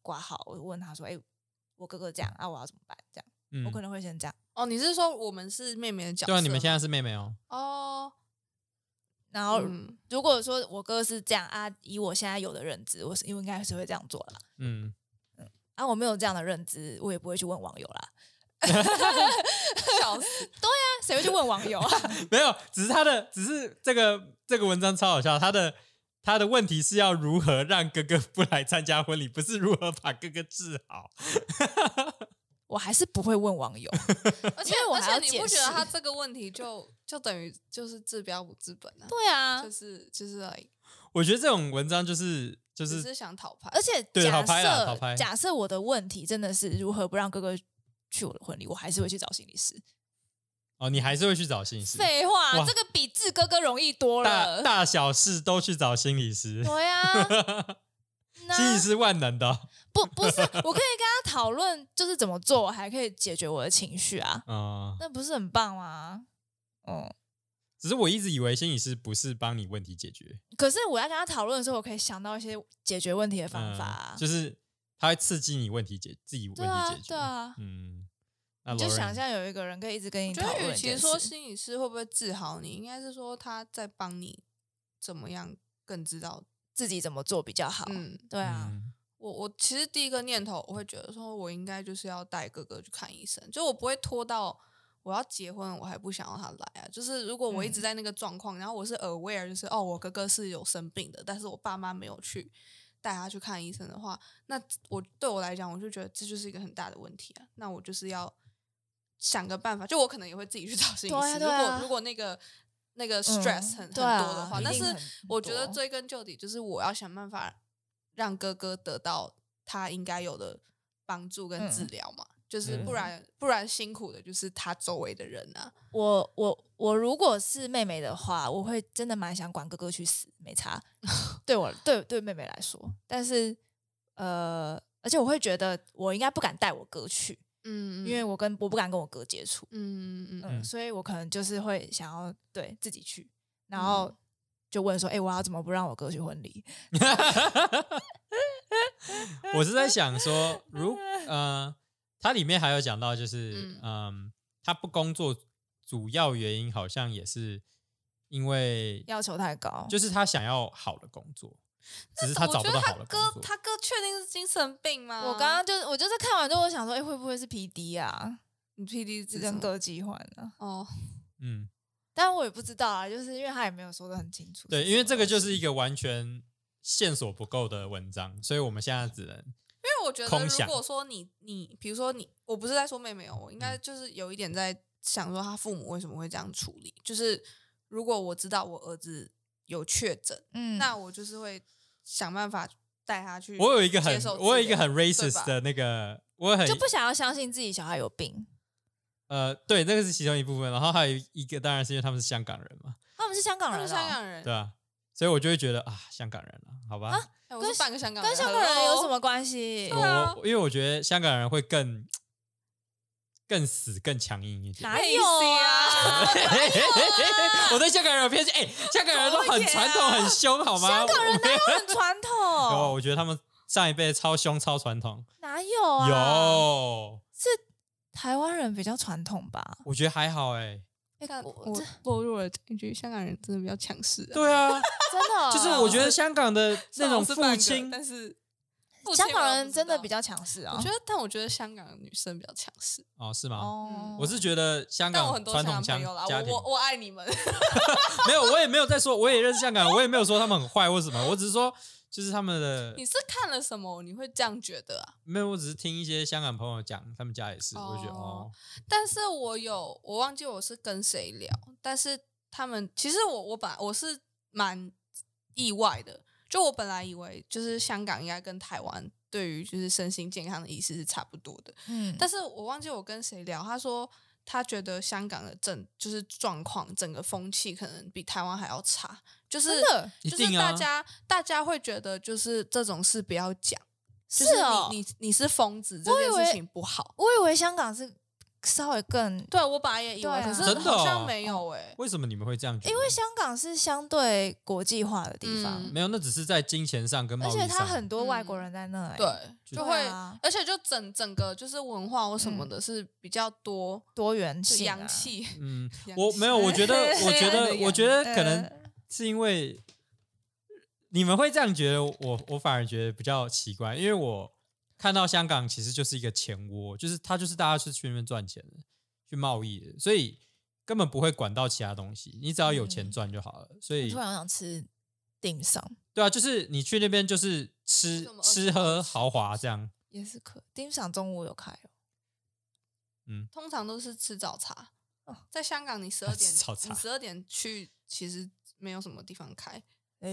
C: 挂号，我问他说，哎、我哥哥这样啊，我要怎么办？这样，
A: 嗯
C: 我可能会先这样。
B: 哦，你是说我们是妹妹的角色
A: 对
B: 吗？
A: 啊，你们现在是妹妹哦，
B: 哦，
C: 然后
B: 嗯
C: 如果说我哥是这样啊，以我现在有的认知，我是因为应该是会这样做啦。
A: 嗯，
C: 啊，我没有这样的认知，我也不会去问网友啦。
B: <laughs> 笑死，
C: 那谁会去问网友啊？ <laughs>
A: 没有，只是他的，只是这个这个文章超好笑，他的他的问题是要如何让哥哥不来参加婚礼，不是如何把哥哥治好。
C: 我还是不会问
B: <laughs>
C: 网友。
B: 而且
C: 因为我
B: 而
C: 还要
B: 且你不
C: 解
B: 觉得
C: 释
B: 他这个问题就就等于就是治标不治本啊？
C: 对啊
B: 就，是就是而已，
A: 我觉得这种文章就是就
B: 只
A: 是
B: 是想讨拍
C: 而。且
A: 对
C: 假
A: 讨拍啦讨
C: 设
A: 拍
C: 假设我的问题真的是如何不让哥哥去我的婚礼，我还是会去找心理师。
A: 哦，你还是会去找心理师，
C: 废话，
A: 哇
C: 这个比治哥哥容易多
A: 大
C: 了。
A: 大小事都去找心理师，
C: 对
A: <laughs>
C: 啊，那
A: 心理师万能的哦，
C: 不不是，我可以跟他讨论，就是怎么做，我还可以解决我的情绪啊，
A: 嗯。
C: 那不是很棒吗？嗯，
A: 只是我一直以为心理师不是帮你问题解决
C: 可是我要跟他讨论的时候，我可以想到一些解决问题的方法、啊
A: 嗯就是他会刺激你问题解自己问
C: 对啊
A: 题解决。
C: 对啊
A: 嗯，那
C: 你就
A: Lauren
C: 想象有一个人可以一直跟你
B: 我觉
C: 讨
B: 得，
C: 论
B: 与
C: 一
B: 其
C: 件
B: 说
C: 事，
B: 心理师会不会治好你，应该是说他在帮你怎么样更知道。
C: 自己怎么做比较好。
B: 嗯，
C: 对啊，
A: 嗯
B: 我我其实第一个念头，我会觉得说，我应该就是要带哥哥去看医生，就我不会拖到我要结婚，我还不想让他来啊。就是如果我
C: 嗯
B: 一直在那个状况，然后我是 aware，就是哦，我哥哥是有生病的，但是我爸妈没有去带他去看医生的话，那我对我来讲，我就觉得这就是一个很大的问题啊。那我就是要想个办法，就我可能也会自己去找心理
C: 对啊
B: 师。
C: 对
B: 如
C: 啊
B: 果如果那个那个
C: 嗯
B: stress 很、很
C: 对
B: 多
C: 啊
B: 的话，
C: 一
B: 但
C: 定
B: 是
C: 很
B: 我觉得
C: 多
B: 追根究底，就是我要想办法让哥哥得到他应该有的帮助跟治
C: 嗯
B: 疗嘛，就是不
A: 嗯
B: 然不然辛苦的就是他周围的人啊。
C: 我我我如果是妹妹的话，我会真的蛮想管哥哥去死，
A: <laughs>
C: 没差。对我对对妹妹来说，但是呃，而且我会觉得我应该不敢带我哥去，
B: 嗯，
C: 因为我跟我不敢跟我哥接触，
B: 嗯嗯嗯
C: 嗯，所以我可能就是会想要对自己去，然
A: 嗯
C: 后就问说，哎、我要怎么不让我哥去婚礼？
A: <laughs> 我是在想说，
B: <laughs>
A: 如呃，它里面还有讲到，就是
B: 嗯
A: 嗯、他不工作主要原因好像也是因为
C: 要求太高，
A: 就是他想要好的工作，只是他
B: 我
A: 找
B: 觉
A: 不
B: 得
A: 到
B: 他
A: 好的工
B: 哥
A: 作。
B: 他哥确定是精神病吗？
C: 我刚刚就是我就是看完之后，我想说，哎、会不会是 P D 啊？
B: 你 P D 是什
C: 人
B: 么
C: 格疾患啊？
B: 哦，
A: 嗯，
C: 但我也不知道啊，就是因为他也没有说的很清楚。
A: 对，因为这个就是一个完全线索不够的文章，所以我们现在只能
B: 因为我觉得
A: 空
B: 如
A: 想
B: 果说你你比如说你，我不是在说妹妹哦，我应该
A: 嗯
B: 就是有一点在想说他父母为什么会这样处理，就是如果我知道我儿子有确诊。
C: 嗯，
B: 那我就是会想办法带他去。
A: 我有一个很
B: 接受治疗
A: 我有一个很
B: 对吧
A: racist 的那个，我很
C: 就不想要相信自己小孩有病。
A: 呃，对，那个是其中一部分，然后还有一个当然是因为他们是香港人嘛，
C: 他们是香港
B: 他
C: 人、
B: 是
C: 哦，
B: 香港人，
A: 对啊，所以我就会觉得啊，香港人啊，好吧，
B: 哎我是半个香港人，
C: 跟香港人
B: hello
C: 有什？么关系？
A: 我
B: 啊
A: 哦我因为我觉得香港人会更更死更强硬一点。
C: 哪有啊？ <laughs>
B: 啊
A: 我对香港人有偏见，哎、香港人都很传统、很凶，好吗？
C: 香港人哪有很传
A: 我有，
C: 统？
A: 我觉得他们上一辈超凶、超传统。
C: 哪有啊？
A: 有，
C: 台湾人比较传统吧？
A: 我觉得还好哎、
B: <laughs>
C: 哎、
B: 像
C: 我
B: 我
C: 这
B: 落入了一句香港人真的比较强势啊，
A: 对啊，
C: 真的哦、
A: <laughs> 就是我觉得香港的
B: 虽
A: 那
B: 然我
A: 种
B: <laughs> 是
A: 父
B: 半个
A: 亲，
B: 但是
C: 香港人真的比
B: 较，
C: 较强势啊。
B: 我觉得，但我觉得香港的女生比较强势。
A: 哦，是吗？
C: 哦，
A: 我是觉得香
B: 但我
A: 港
B: 很多
A: 传
B: 港
A: 统
B: 朋
A: 强
B: 友啦，
A: 家
B: 我
A: 庭
B: 我我爱你们。 <laughs>
A: 没有，我也没有在说，我也认识香港人，我也没有说他们很坏或什么，我只是说就是他们的
B: 你是看了什么？你会这样觉得啊？
A: 没有，我只是听一些香港朋友讲，他们家也是，我就觉得哦，
B: 哦但是我有，我忘记我是跟谁聊，但是他们其实我我本来我是蛮意外的，就我本来以为就是香港应该跟台湾对于就是身心健康的意识是差不多的，
C: 嗯，
B: 但是我忘记我跟谁聊，他说他觉得香港的整就是状况，整个风气可能比台湾还要差，就是
C: 真的
A: 一
B: 就是
A: 定
B: 大
A: 啊，
B: 家大家会觉得就是这种事不要讲，就是
C: 哦
B: 你你你是疯子这
C: 我以
B: 件
C: 为
B: 事情不好。
C: 我以为香港是稍微更，
B: 对我本来也以为，
C: 对啊
B: 可是
A: 真的
B: 好
A: 哦
B: 像没有哎、
A: 为什么你们会这样觉得？
C: 因为香港是相对国际化的地方，
B: 嗯
A: 没有，那只是在金钱上跟贸
C: 而
A: 易上，
C: 且它很多外国人在那、欸，
B: 对，就
C: 对
B: 会，
C: 啊嗯
B: 而且就整整个就是文化或什么的是比较多，
C: 多元
B: 就
C: 性、啊
B: 洋，气， <laughs>
A: 嗯，
B: 洋
A: 我
B: 气
A: 没有，我觉得，我觉
B: 黑暗的
A: 得，我
B: 洋
A: 觉得可能
C: 呃
A: 是因为你们会这样觉得，我我反而觉得比较奇怪，因为我看到香港其实就是一个钱窝，就是它就是大家是去那边赚钱的，去贸易的，所以根本不会管到其他东西，你只要有钱
C: 嗯
A: 赚就好了。所
C: 我
A: 以
C: 突然想吃定上
A: 对啊，就是你去那边就是吃
B: 什么
A: 吃喝豪华这样，
C: 也是可，定上中午有开哦，
B: <laughs> 通常都是吃早茶
C: 哦。
B: <laughs> 在香港，你十二
A: <laughs>
B: 点
A: 吃早茶
B: 你十二点去，其实没有什么地方开。
C: 呃、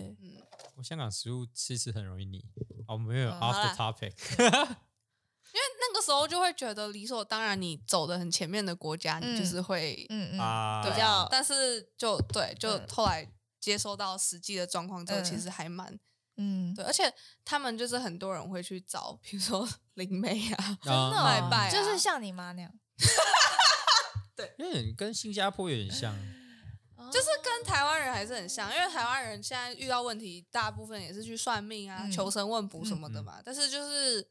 B: 嗯，
A: 我香港食物吃一吃很容易腻。哦，我们没有
C: 嗯好
A: after
C: 啦
A: topic，
B: 那个时候就会觉得理所当然，你走的很前面的国家，你就
C: 嗯
B: 是会
C: <laughs> 嗯嗯，
A: 啊，
B: 对
C: 比较
B: 但是就对，就
C: 嗯
B: 后来接收到实际的状况之后，
C: 嗯
B: 其实还蛮
C: 嗯，
B: 对，而且他们就是很多人会去找，比如说 <laughs> 灵媒啊，
A: 真的
B: 拜拜啊
C: 哦就是像你妈那样，
A: 有点跟新加坡有点像，
B: 就是跟台湾人还是很像，因为台湾人现在遇到问题，大部分也是去算命啊、
C: 嗯
B: 求神问卜什么的嘛。但是就是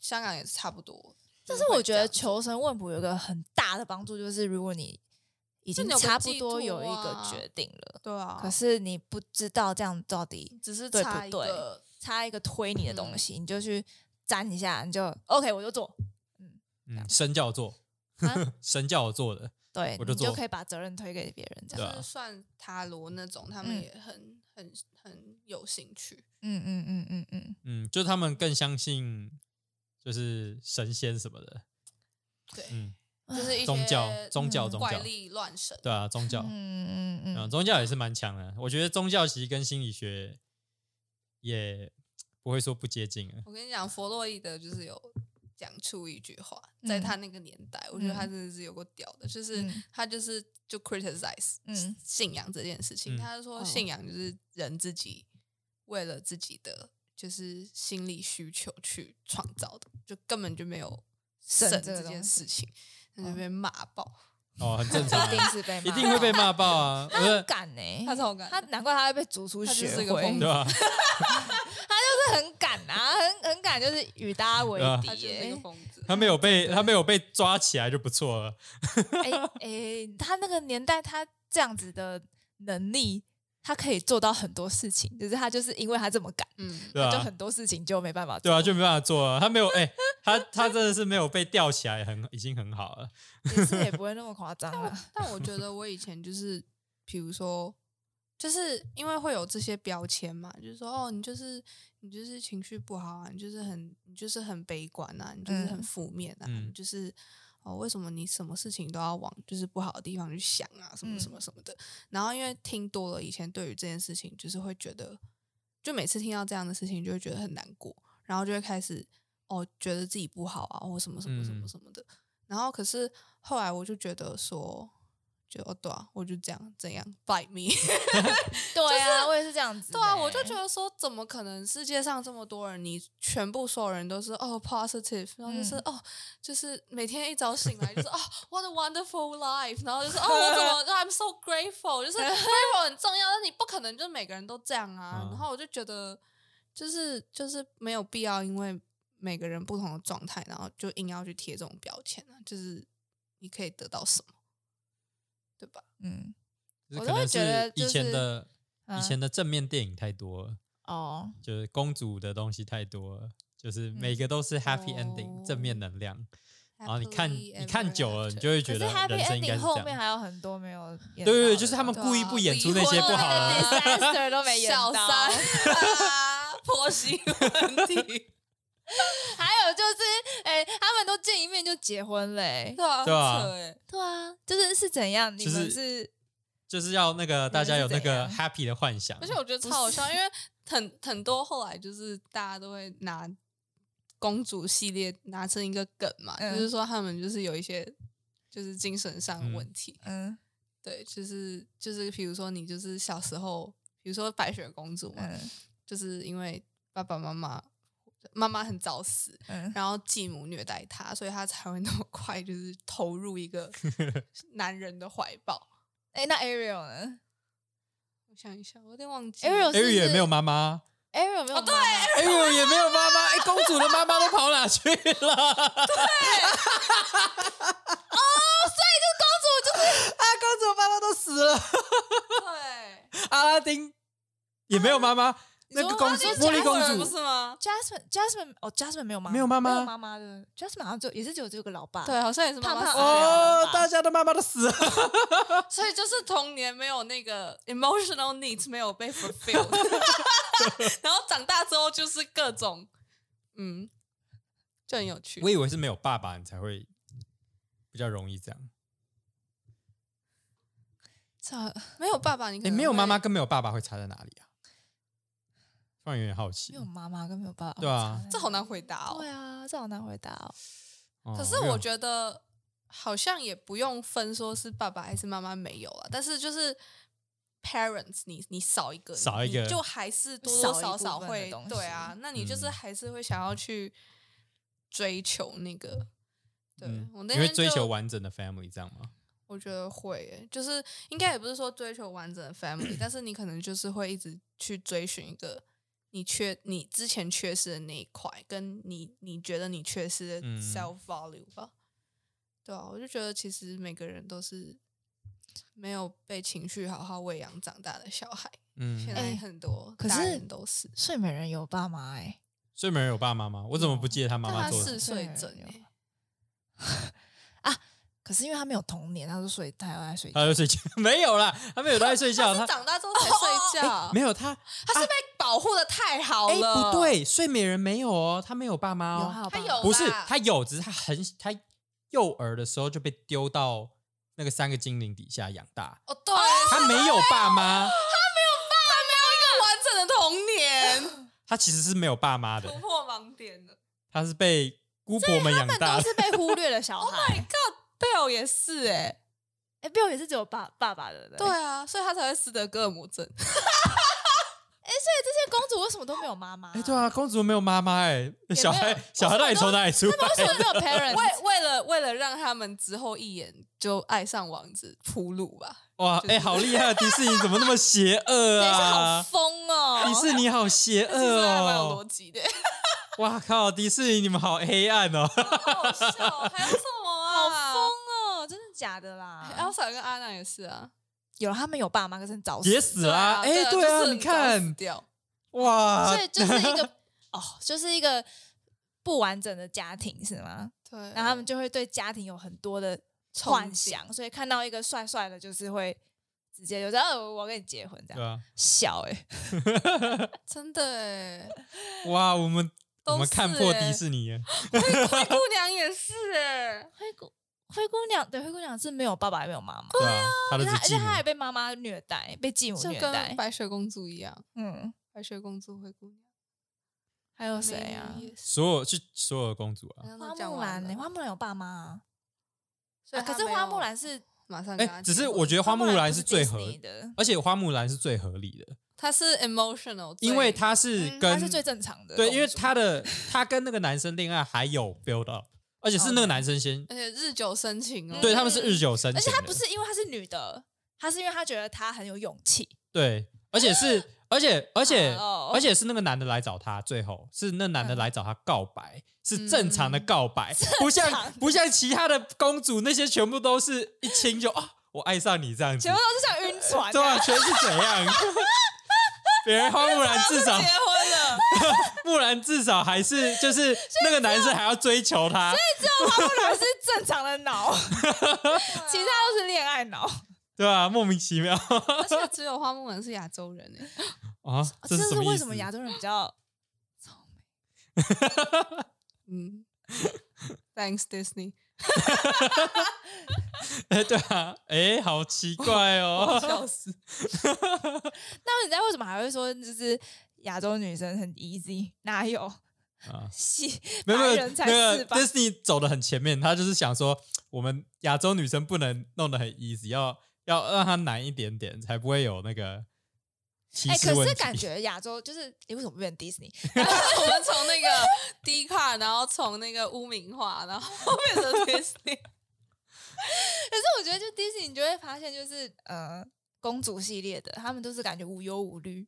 B: 香港也是差不多，就
C: 但
B: 是会
C: 我觉得
B: 这样
C: 求神问卜有一个很大的帮助，就是如果你已经
B: 你有个
C: 差不
B: 寄
C: 多
B: 托
C: 有一个
B: 啊
C: 决定了，
B: 对啊，
C: 可是你不知道这样到底
B: 只是
C: 对
B: 差
C: 不
B: 一
C: 对
B: 个嗯
C: 差一个推你的东西，你就去沾一下，你就 OK，我就做，
A: 嗯，神教做
C: 啊，
A: <laughs> 神教我做的，
C: 对，
A: 我就
C: 你就
A: 做
C: 可以把责任推给别人，这
A: 对
C: 样，
A: 啊
B: 就是算塔罗那种，他们
C: 嗯
B: 也很很很有兴趣。
C: 嗯嗯嗯嗯嗯，
A: 嗯，就他们更相信就是神仙什么的，
B: 对，
A: 嗯，
B: 就是一些
A: 宗教宗教
C: 嗯
A: 宗
B: 怪
A: 教，
B: 力乱神。
A: 对啊，宗教，
C: 嗯嗯
A: 嗯，
C: 嗯，
A: 宗教也是蛮强的。我觉得宗教其实跟心理学也不会说不接近啊，
B: 我跟你讲，弗洛伊德就是有讲出一句话，在他那个年代，我觉得他真的是有个屌的，就是
C: 嗯
B: 他就是就 criticize
C: 嗯
B: 信仰这件事情，
A: 嗯
B: 他就说
C: 哦
B: 信仰就是人自己为了自己的就是心理需求去创造的，就根本就没有
C: 神
B: 神
C: 这个
B: 这
C: 东
B: 件
C: 西
B: 事情，他就被骂爆，
A: 哦，很正常
C: 一定
A: 啊，
C: 是被
A: <laughs> 一
C: 骂
A: 定会被
C: 爆，
A: 骂爆
C: <laughs>
A: 啊，
C: 他
A: 不是
C: 很敢呢，
B: 他超敢
C: 他
B: 的，
C: 难怪他会被逐出
B: 他就
C: 学
B: 是个疯
C: 会
B: 子
A: 对，吧？
C: 就是很敢啊，很很敢，就是与大家为
A: 对啊
C: 敌
B: 他就是一
C: 耶
B: 个。疯子。
A: 他没有被他没有被抓起来就不错了，
C: 哎哎，他那个年代，他这样子的能力，他可以做到很多事情，只是他就是因为他这么敢，
B: <laughs> 嗯，
A: 对
C: 就
A: 吧？
C: 很多事情就没办法做。
A: 对啊，就没办法做啊。他没有，哎、他他真的是没有被吊起来，很已经很好了。
C: 也是也不会那么夸张啊。
B: 但我觉得我以前就是，比如说，就是因为会有这些标签嘛，就是说哦，你就是你就是情绪不好啊，你就是很你就是很悲观啊，你就是很
C: 嗯
B: 负面啊，
A: 嗯
B: 你就是哦，为什么你什么事情都要往就是不好的地方去想啊，什么什
C: 嗯
B: 么什么的。然后因为听多了，以前对于这件事情就是会觉得，就每次听到这样的事情就会觉得很难过，然后就会开始哦，觉得自己不好啊，或什么什么什
A: 嗯
B: 么什么的。然后可是后来我就觉得说，就哦对啊，我就这样怎样 bite me，
C: <laughs> 对啊，我也是这样子。
B: 对啊，我就觉得说，怎么可能世界上这么多人，你全部所有人都是哦 positive，然后就是、
C: 嗯
B: 哦，就是每天一早醒来就是哦 what a wonderful life，然后就是哦我
A: <laughs>
B: 怎么 I'm so grateful，就是 grateful 很重要，但你不可能就每个人都这样啊。
A: 嗯
B: 然后我就觉得，就是就是没有必要，因为每个人不同的状态，然后就硬要去贴这种标签啊，就是你可以得到什么，对吧？
C: 嗯，
A: 就是
C: 我
A: 可
C: 都会
A: 能
C: 觉得
A: 是以前
C: 就是
A: 的、以
C: 嗯
A: 前的正面电影太多了，
C: 哦，
A: 就是公主的东西太多了，
C: 嗯
A: 就是每个都是 happy ending、
B: 哦
A: 正面能量。然后你看
B: Happily
A: 你看
B: ever
A: 久了，
B: after
A: 你就会
C: 可
A: 觉
C: 是
A: 得
C: Happy
A: 人生应该
C: Ending
A: 是
C: 后
A: 这
C: 面
A: 样。
C: 还有很多没有演到
A: 对
C: 的。
A: 对对，就是他们
B: 对
A: 故意
B: 啊
A: 不演出
B: 离
A: 那些
B: 婚
A: 不好啊
B: 那
A: 的
B: 个。
C: <laughs> disaster 都没演
B: 小
C: 到。
B: 三
C: <laughs>
B: 啊，婆媳问题，
C: 还有就是，哎、他们都见一面就结婚嘞、
B: 对啊，
A: 对啊
C: <laughs>
B: 很扯欸
C: 对啊，就是是怎样？你
A: 就是
C: 们是
A: 就是要那个大家有那个
C: 人是
A: happy 的幻想，
B: 而且我觉得超好笑，因为很很多后来就是大家都会拿公主系列拿成一个梗嘛，
C: 嗯
B: 就是说他们就是有一些就是精神上的问题，
C: 嗯
B: 对，就是就是比如说你就是小时候，比如说白雪公主嘛，
C: 嗯
B: 就是因为爸爸妈妈妈妈很早死，
C: 嗯，
B: 然后继母虐待他，所以他才会那么快就是投入
A: <laughs>
B: 一个男人的怀抱。
C: 哎，那 Ariel 呢
B: 我想一哎下，我有点忘记了
C: Ariel
A: 艾
C: 是不
A: 瑞
C: 是
A: 也没有妈啊妈，
C: ？Ariel 没有妈妈、
A: <laughs>
C: 对
A: 艾瑞也没有妈妈，哎，公主的妈妈都跑哪去了？ <laughs> 哦啊，公主的妈妈都死了， <laughs>
B: 对，
A: 阿拉丁也没有妈妈，那个公主
C: 你说
A: 玻璃
B: 家人
A: 公
B: 不
A: 主
B: 是吗？
C: Jasmine Jasmine 哦，Jasmine 没有妈妈，
A: 没有妈妈
C: 没有妈妈的 Jasmine 好像就也是只有这个老爸。
B: <laughs> 对，好像也是妈妈
C: 胖
B: 死
C: 胖的
B: 掉
A: 哦
B: 了，吧
A: 大家的妈妈都死了，
B: 所以就是童年没有那个 emotional needs 没有被
A: <laughs>
B: fulfilled，然后长大之后就是各种，嗯，就很有趣
A: 我。以为是没有爸爸你才会比较容易这样，
C: 这
B: 没有爸爸，你可
A: 哎，
B: 能
A: 没有
B: 会
A: 妈妈，跟没有爸爸会差在哪里啊？突然有点好奇
C: 没有，妈妈跟没有爸爸，
A: 对啊
C: 我操
B: 这好难回答哦
C: 对。啊，这好难回答哦。
A: 哦
B: 可是我觉得好像也不用分说是爸爸还是妈妈没有啊，但是就是 parents 你你少一个，
A: 少一
B: 你
A: 个
B: 就还是多多
C: 少一
B: 少
C: 部
B: 少
C: 分的
B: 会
C: 东
B: 对
C: 西
B: 啊，那你就是
A: 嗯
B: 还是会想要去追求那个。对
A: 嗯
B: 我那
A: 你会
B: 天
A: 追
B: 就
A: 求完整的 family 这样吗？
B: 我觉得会耶，就是应该也不是说追求完整的
A: <clears throat>
B: family，但是你可能就是会一直去追寻一个你缺你之前缺失的那一块，跟你你觉得你缺失的
A: 嗯
B: self value 吧。对啊，我就觉得其实每个人都是没有被情绪好好喂养长大的小孩，
A: 嗯
B: 现，在
C: 哎
B: 很多
C: 可是
B: 大人都是，
C: 睡美人有爸妈哎、
A: 所以没人有爸妈吗？我怎么不记得他妈
B: 但
A: 妈
B: 他
A: 做
B: 四
A: 的？
B: 岁
C: 对
B: 整
C: 有
B: 耶
C: 可是因为他没有童年，他就睡，他要在睡觉。
A: 他在睡觉， <laughs> 没有啦，他没有在睡觉，
B: 他
A: 他
B: 是长大之后才睡觉，
A: 没有啊他，
B: 他是被保护的太好
A: 哎，
B: 了，
A: 不，对，睡美人没有哦，他没有爸妈
C: 有
A: 哦，
C: 他有
B: 他
C: 爸妈
B: 有
A: 不是
B: 啦
A: 他有，只是他很他幼儿的时候就被丢到那个三个精灵底下养大，
B: 哦对，
A: 他没有爸妈，
B: 完整的童年，
A: 他其实是没有爸妈的
B: 突，破盲点了。
A: 他是被姑婆们养大
C: 都
A: 的。
C: 是被忽略的小
B: Oh
C: 孩
B: my。god，贝尔也是哎、
C: 哎、b i l l 也是只有爸爸爸的，对不
B: 对
C: 对
B: 啊，所以他才会斯德哥尔摩症。
C: 哎这些公主为什么都没有妈妈？
A: 哎，对， <laughs> 啊，公主没有妈妈哎，
C: 有
A: 小孩小孩到底从哪里出来？
C: 为什么没有 parents？
B: 为为了为了让他们之后一眼就爱上王子铺路吧，
A: 哇，哎，好厉害！迪士尼怎么那么邪恶
C: 等一下，好
A: 啊？
C: 疯哦！
A: 迪士尼好邪
B: 其实
A: 恶
B: 还蛮有逻
A: 哦！
C: <laughs>
B: 辑的，
A: 哇靠，迪士尼你们好黑暗哦！
B: 好笑。
C: 哦
B: 还有什么
C: 好
B: 啊？
C: 疯哦！真的假的啦？
B: ！Elsa 跟安娜也是啊，
C: 有他们有爸妈，可是很早死
A: 也死啦！哎、
B: 对
A: 对
B: 就
A: 啊，
B: 是
A: 你
B: 很早死
A: 看，
B: 掉，
A: 哇啊
C: 所，以就是一个哦，就是一个不完整的家庭是吗？
B: 对，
C: 然后他们就会对家庭有很多的
B: 憧
C: 幻
B: 憬
C: 想，所以看到一个帅帅的，就是会直接就说：“哦，我要跟你结婚。”这
A: 对
C: 样
A: 啊，
C: 小哎、欸
B: 真的哎，
A: 哇，我们
B: 都
A: 我们
B: 是
A: 看破
B: 欸
A: 迪士尼耶，
B: 灰姑娘也是哎，
C: 灰姑灰姑娘对灰姑娘是没有爸爸也没有妈妈，
A: 对啊，他
C: 而
A: 的
C: 且她而
A: 是
C: 且
A: 继母
C: 她，还被妈妈虐待，被继母
B: 就
C: 虐
B: 跟
C: 待。
B: 白雪公主一样，
C: 嗯，
B: 白雪公主灰姑娘。
C: 还有谁啊？
B: 梅姨也是
A: 所有是所有的公主啊，
C: 花木兰呢、欸花木兰有爸妈啊，
B: 所以
C: 啊
B: 他
C: 可是
B: 没有
C: 花木兰是
B: 马上
A: 哎、
B: 跟他
A: 只
B: 结
A: 是
B: 婚
A: 我觉得花木兰
C: 不
A: 是
C: 是
A: 最
C: Disney
A: 合，
C: 的，
A: 而且花木兰是最合理的，
B: 他是 emotional，
A: 因为她是
B: 嗯
A: 跟、
C: 她是最正常的公主。
A: 对，因为她的她跟那个男生恋爱还有 build up，而且是那个男生先，
B: 而且日久生情哦，
A: 对他们是日久生情
C: 而
A: 的，
C: 且她不是因为她是女的，她是因为她觉得她很有勇气。
A: 对，而且是，而且而且、
C: 哦嗯
A: 而且是那个男的来找她，最后是那男的来找她告白，是正常的告白，不像不像其他的公主那些全部都是一亲就啊我爱上你这样子
C: 全部，都是想晕
A: <laughs>
C: 船、
A: 对
C: 啊
A: 啊，，全是怎样？ <laughs> 别人花木兰至少
B: 结婚了，
A: 木兰至少还是就是那个男生还要追求她，
C: 花木兰是正常的脑， <laughs>
B: 啊
C: 其他都是恋爱脑。
A: 对啊，莫名其妙 <laughs>
B: 而且只有花木兰是亚洲人哎，
A: 啊，
C: 这
A: 是
C: 是
A: 么意
C: 为
A: 思
C: 什么亚洲人比较
B: 嗯 <laughs> ，Thanks Disney，
A: 哎 <laughs> 对啊，哎，好奇怪
C: <laughs>
A: 哦，
B: 死，
C: 那人家为什么还会说就是亚洲女生很 easy？哪有
A: 啊。
C: 西
A: 没有没
C: 白
A: 有
C: 人才
A: 那
C: 是
A: 个
C: 吧？
A: Disney 走的很前面，他就是想说，我们亚洲女生不能弄得很 easy，要要让它难一点点，才不会有那个歧
C: 哎、
A: 视
C: 可
A: 问
C: 是
A: 题。
C: 感觉亚洲就是，哎、为什么不变迪士尼？
B: <laughs> 我们从那个低卡，然后从那个污名化，然后变成 Disney。
C: 可是我觉得，就迪士尼，你就会发现，就是呃，公主系列的，他们都是感觉无忧无虑，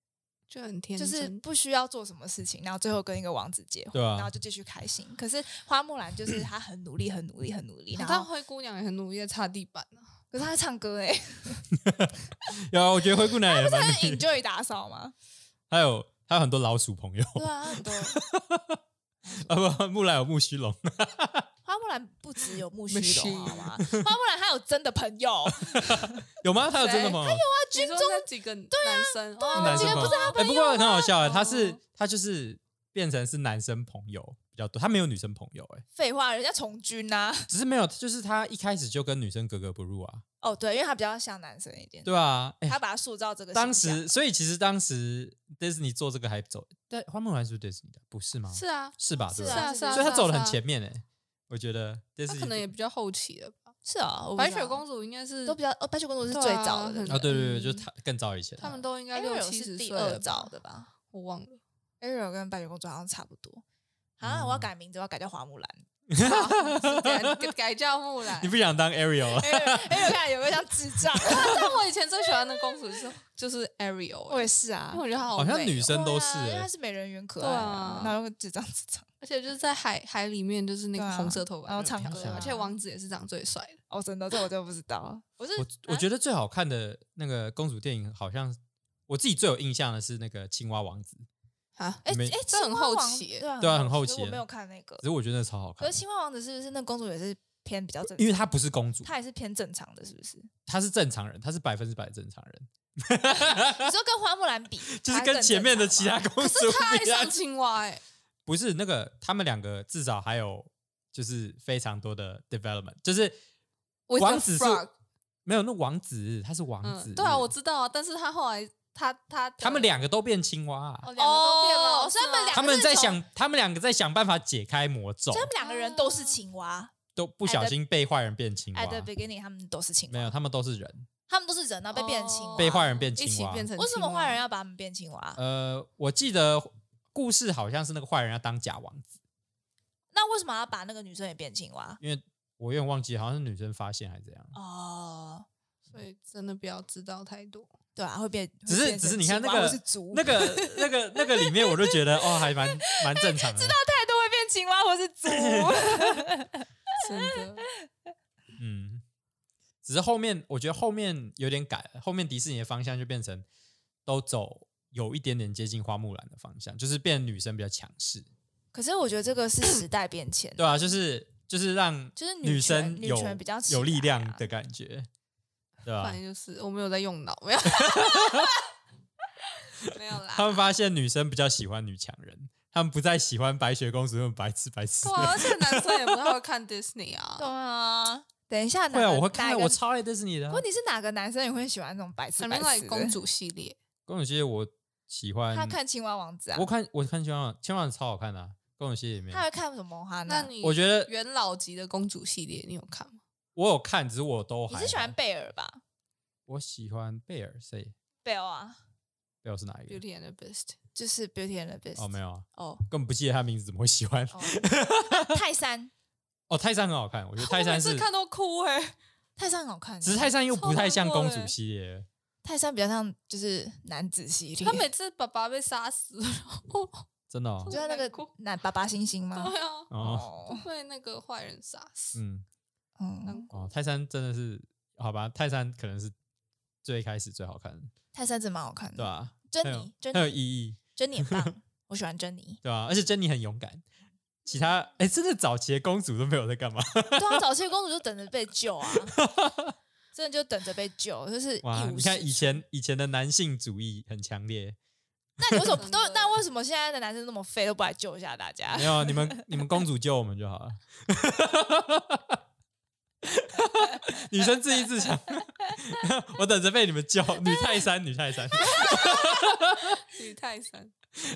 B: <laughs> 就很天
C: 就
B: 真，
C: 是不需要做什么事情，然后最后跟一个王子结婚，
A: 对啊
C: 然后就继续开心。可是花木
A: <clears throat>
C: 兰就是她很努力，很努力，很努力，然
B: 但
C: 后
B: 灰姑娘也很努力的擦地板啊。
C: 可是她唱
A: <laughs>
C: 歌哎、欸，
A: <laughs> 有啊，我觉得灰姑娘也蛮
C: 她
A: 厉害
C: enjoy 打
A: <laughs>
C: 扫吗？
A: 还有还有很多老鼠朋友， <laughs>
C: 对啊，很多
A: 啊不，木兰有木须龙，
C: 花木兰不只有木须
B: 木须
C: 龙好吗？花 <laughs> 木兰她有真的朋
A: <laughs>
C: 友，
A: 有
C: <laughs>
A: 吗？他有真的
C: 哎
A: 朋友？
B: 啊，军中那几个男生，哦对啊
A: 男生
C: 这个
A: 朋友
C: 不是他啊
A: 哎，不过很好笑哎，他是
B: 哦
A: 他就是变成是男生朋友比较多，他没有女生朋友哎，
C: 废话，人家从军啊呐、
A: 只是没有，就是他一开始就跟女生格格不入啊，
C: 哦，对，因为她比较像男生一点，
A: 对啊，哎，
C: 她把她塑造这个
A: 当
C: 形象
A: 时所以其实当时 Disney 做这个还走，但花木兰是不是 Disney 的，不是吗？
B: 是啊，
A: 是吧？对
C: 是
A: 不
B: 是
A: 对？
B: 啊，是啊，
A: 所以他
B: 是啊
A: 走的很
B: 是啊
A: 前面哎，我觉得
B: 他
A: Disney
B: 可能也比较后期了吧。
C: 是啊，我不
B: 白
C: 知
B: 雪
C: 道
B: 公主应该是
C: 都比较，哦，白雪公主是
B: 对啊
C: 最早的
B: 很
C: 对不对
A: 啊，对对对，
B: 嗯
A: 就是他更早以前，
B: 他们都应该哎
C: Ariel
B: 六七
C: 是
B: 十
C: 第
B: 岁
C: 二
B: 了
C: 早
B: 吧，
C: 的吧
B: 我
A: <laughs>
B: 忘 <laughs> 了。
C: ？Ariel 跟白雪公主好像差不多。啊，
A: 嗯
C: 我要改名字，我要改叫花木兰。
B: 好改改改叫木兰
A: <laughs> 你。不想当 Ariel 啊？
C: Ariel Ariel 看起来有没有像智障？
B: <laughs> 但我以前最喜欢的公主是就是 Ariel，
C: <laughs> 我
B: 欸
C: 也是啊
B: 因为，我觉得她好
A: 好像
B: 美
A: 女
B: 哦
A: 生都是
C: 对啊因为
A: 欸
C: 她是美人缘可爱啊，
B: 对啊
C: 然后智障智障。
B: 而且就是在海海里面，就是那
C: 对
B: 个
C: 啊
B: 红色头发，
C: 然后唱
A: 歌啊
B: 而且王子也是长最帅的。啊
C: 哦，真的，这我就不知道。我是
A: 我我觉得最好看的那个公主电影，好像我自己最有印象的是那个《青蛙王子》，
B: 啊，
C: 哎
A: 没
C: 哎，
B: 这很
C: 青蛙
B: 后
C: 王
B: 期耶
C: 对啊，
A: 对啊很后
C: 可是
A: 期
C: 我
A: 耶
C: 没有看那个
A: 可。是我觉得那超好
C: 可
A: 看
C: 是，青蛙王子是不是那公主也是偏比较正
A: 因为
C: 常？
A: 她不是公主，
C: 她也是偏正常的，是不是？你
A: 她是正常人，她是百分之百正常人，
C: 说跟花木兰比，
A: <laughs> 就是
C: 她
A: 跟
C: 更
A: 前面的
C: 正
A: 其
C: 常
A: 他
C: 吗
A: 公
B: 可
A: 主
B: 是他爱
A: 比啊
B: 上青蛙
A: <laughs>
B: 哎、
A: 不是那个，他们两个至少还有就是非常多的 development，就是
B: With the
A: 王子是
B: frog
A: 没有那王子，他是王子，
B: 嗯，对啊，我知道啊，但是他后来他他的
A: 他们两个都变青蛙啊、
C: 哦，两个都变了，
B: 哦
C: 所以他们
B: 是吗
C: 两
A: 他
C: 个
A: 们
C: 是
A: 在
C: 从
A: 想，他们两个在想办法解开魔咒
C: 所以，他们两个人都是青蛙。
A: 都不小心被坏人变青蛙
C: At，the beginning，他们都是青蛙，
A: 没有，他们都是人，
C: 他们都是人，然后被变成青蛙。
B: 哦
A: 被坏人变
B: 一
A: 青
B: 起
A: 蛙，
B: 变成
C: 为什么
B: 青蛙
C: 坏人要把他们变青蛙？
A: 呃，我记得故事好像是那个坏人要当假王子，
C: 那为什么要把那个女生也变青蛙？
A: 因为我有点忘记，好像是女生发现还是怎样。
C: 哦，
B: 所以真的不要知道太多。
C: 对啊，会变。
A: 只是
C: 会变成
A: 只是你看那
C: 青蛙
A: 个
C: 或是猪，
A: 那个那个那个里面，我就觉得哦，还蛮蛮正
B: <laughs>
A: 常的。知道
C: 太多会变青蛙或
A: <laughs>
C: 是猪。
B: 真的，
A: 嗯，只是后面我觉得后面有点改了，后面迪士尼的方向就变成都走有一点点接近花木兰的方向，就是变女生比较强势，
C: 可是我觉得这个是时代变迁，
A: 对啊，就是就是让
C: 就是女
A: 女生
C: 权
A: 有
C: 女权比较起来啊
A: 有力量的感觉，
C: <laughs>
A: 对吧、
B: 反正就是我没有在用脑，
A: <laughs>
B: 没有，没有啦。
A: 他们发现女生比较喜欢女强人，他们不再喜欢白雪公主那种白痴白痴
B: 对。啊，而且男生也不太会看 Disney
C: 对
B: 啊，
C: 啊。等一下，
A: 会
C: 哪
A: 啊，
C: 个
A: 我会看
C: 哪
A: 啊，
C: 个
A: 我超爱迪士尼的啊、
C: 问题是哪个男生也会喜欢这种白痴
B: 很
C: 白
B: 另外
C: 痴的
B: 公？主系列，
A: 公主系列我喜欢，
C: 他看青蛙王子啊
A: 嗯我，看我看千万千万超好看的、啊，公主系列里面
C: 他，会看什么蒙哈娜？
B: 那你
A: 我觉得
B: 元老级的公主系列你有看吗？
A: 我有看，只是我都
C: 你
A: 还
C: 是喜
A: 好
C: 欢贝尔吧？
A: 我喜欢贝尔，谁？
C: 贝尔啊，
A: 贝尔是哪一个？
B: Beauty and the Beast
C: 就是 Beauty and the Beast。
A: 哦，没有啊，
B: 哦，
A: 根本不记得他名字，怎么会喜欢？
C: 哦，泰山，
A: 哦，泰山很好看，我觉得泰
B: 我每
A: 山
B: 次
A: 是，
B: 看都哭哎、
C: 泰山很好看，
A: 只是泰山又不太像公
B: 超难
A: 主
B: 过欸
A: 系列，
C: 泰山比较像就是男子系列，
B: 他每次爸爸被杀死，然后
A: 真的哦
C: 就，像那个男爸爸星星吗？
B: 对啊，
A: 哦，
C: 哦，
B: <laughs> 被那个坏人杀死。
A: 嗯，
C: 嗯
B: 难，
A: 哦，泰山真的是，好吧，泰山可能是最开始最好看的，
C: 泰山真蛮好看的，
A: 对吧？
C: 珍
A: 很有
C: 妮，珍
A: 很有意
C: 妮，
A: 义，
C: 珍妮很棒，我喜欢珍妮。
A: 对吧？而且珍妮很勇敢，其他哎，真的早期的公主都没有在干嘛？
C: 对啊，早期的公主就等着被救
A: <laughs>
C: 啊，真的就等着被救，就是
A: 哇，
C: 一无
A: 你
C: 是
A: 看以
C: 处。
A: 前以前的男性主义很强烈，
C: 那你为
B: <laughs>
C: 什么不都
B: 真？的
C: 那为什么现在的男生那么废，都不来救一下大家
A: 没？有啊你们你们公主救我们就好了，女生自立自强，我等着被你们救。女泰山，女泰山，
B: 女泰山，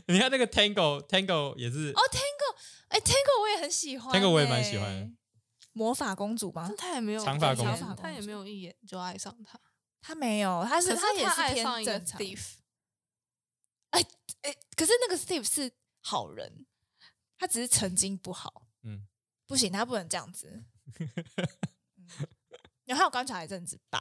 A: 你看那个 Tango Tango 也是
C: 哦，Tango，哎，Tango 我也很喜欢
A: Tango 我也
C: 欸
A: 蛮喜欢的。
C: 魔法公主吗
B: 但？他也没有
A: 长发
B: 一眼
A: 公
C: 主
B: 他也没有一眼就爱上他，
C: 她没有，她是
B: 可
C: 她也
B: 他
C: 是
B: 爱
C: 偏
B: 上一个
C: 正常。
B: thief，
C: 哎哎，可是那个 Steve 是好人，他只是曾经不好，
A: 嗯，
C: 不行，他不能这样
A: <laughs>
C: 子。嗯然后我观察一阵子吧，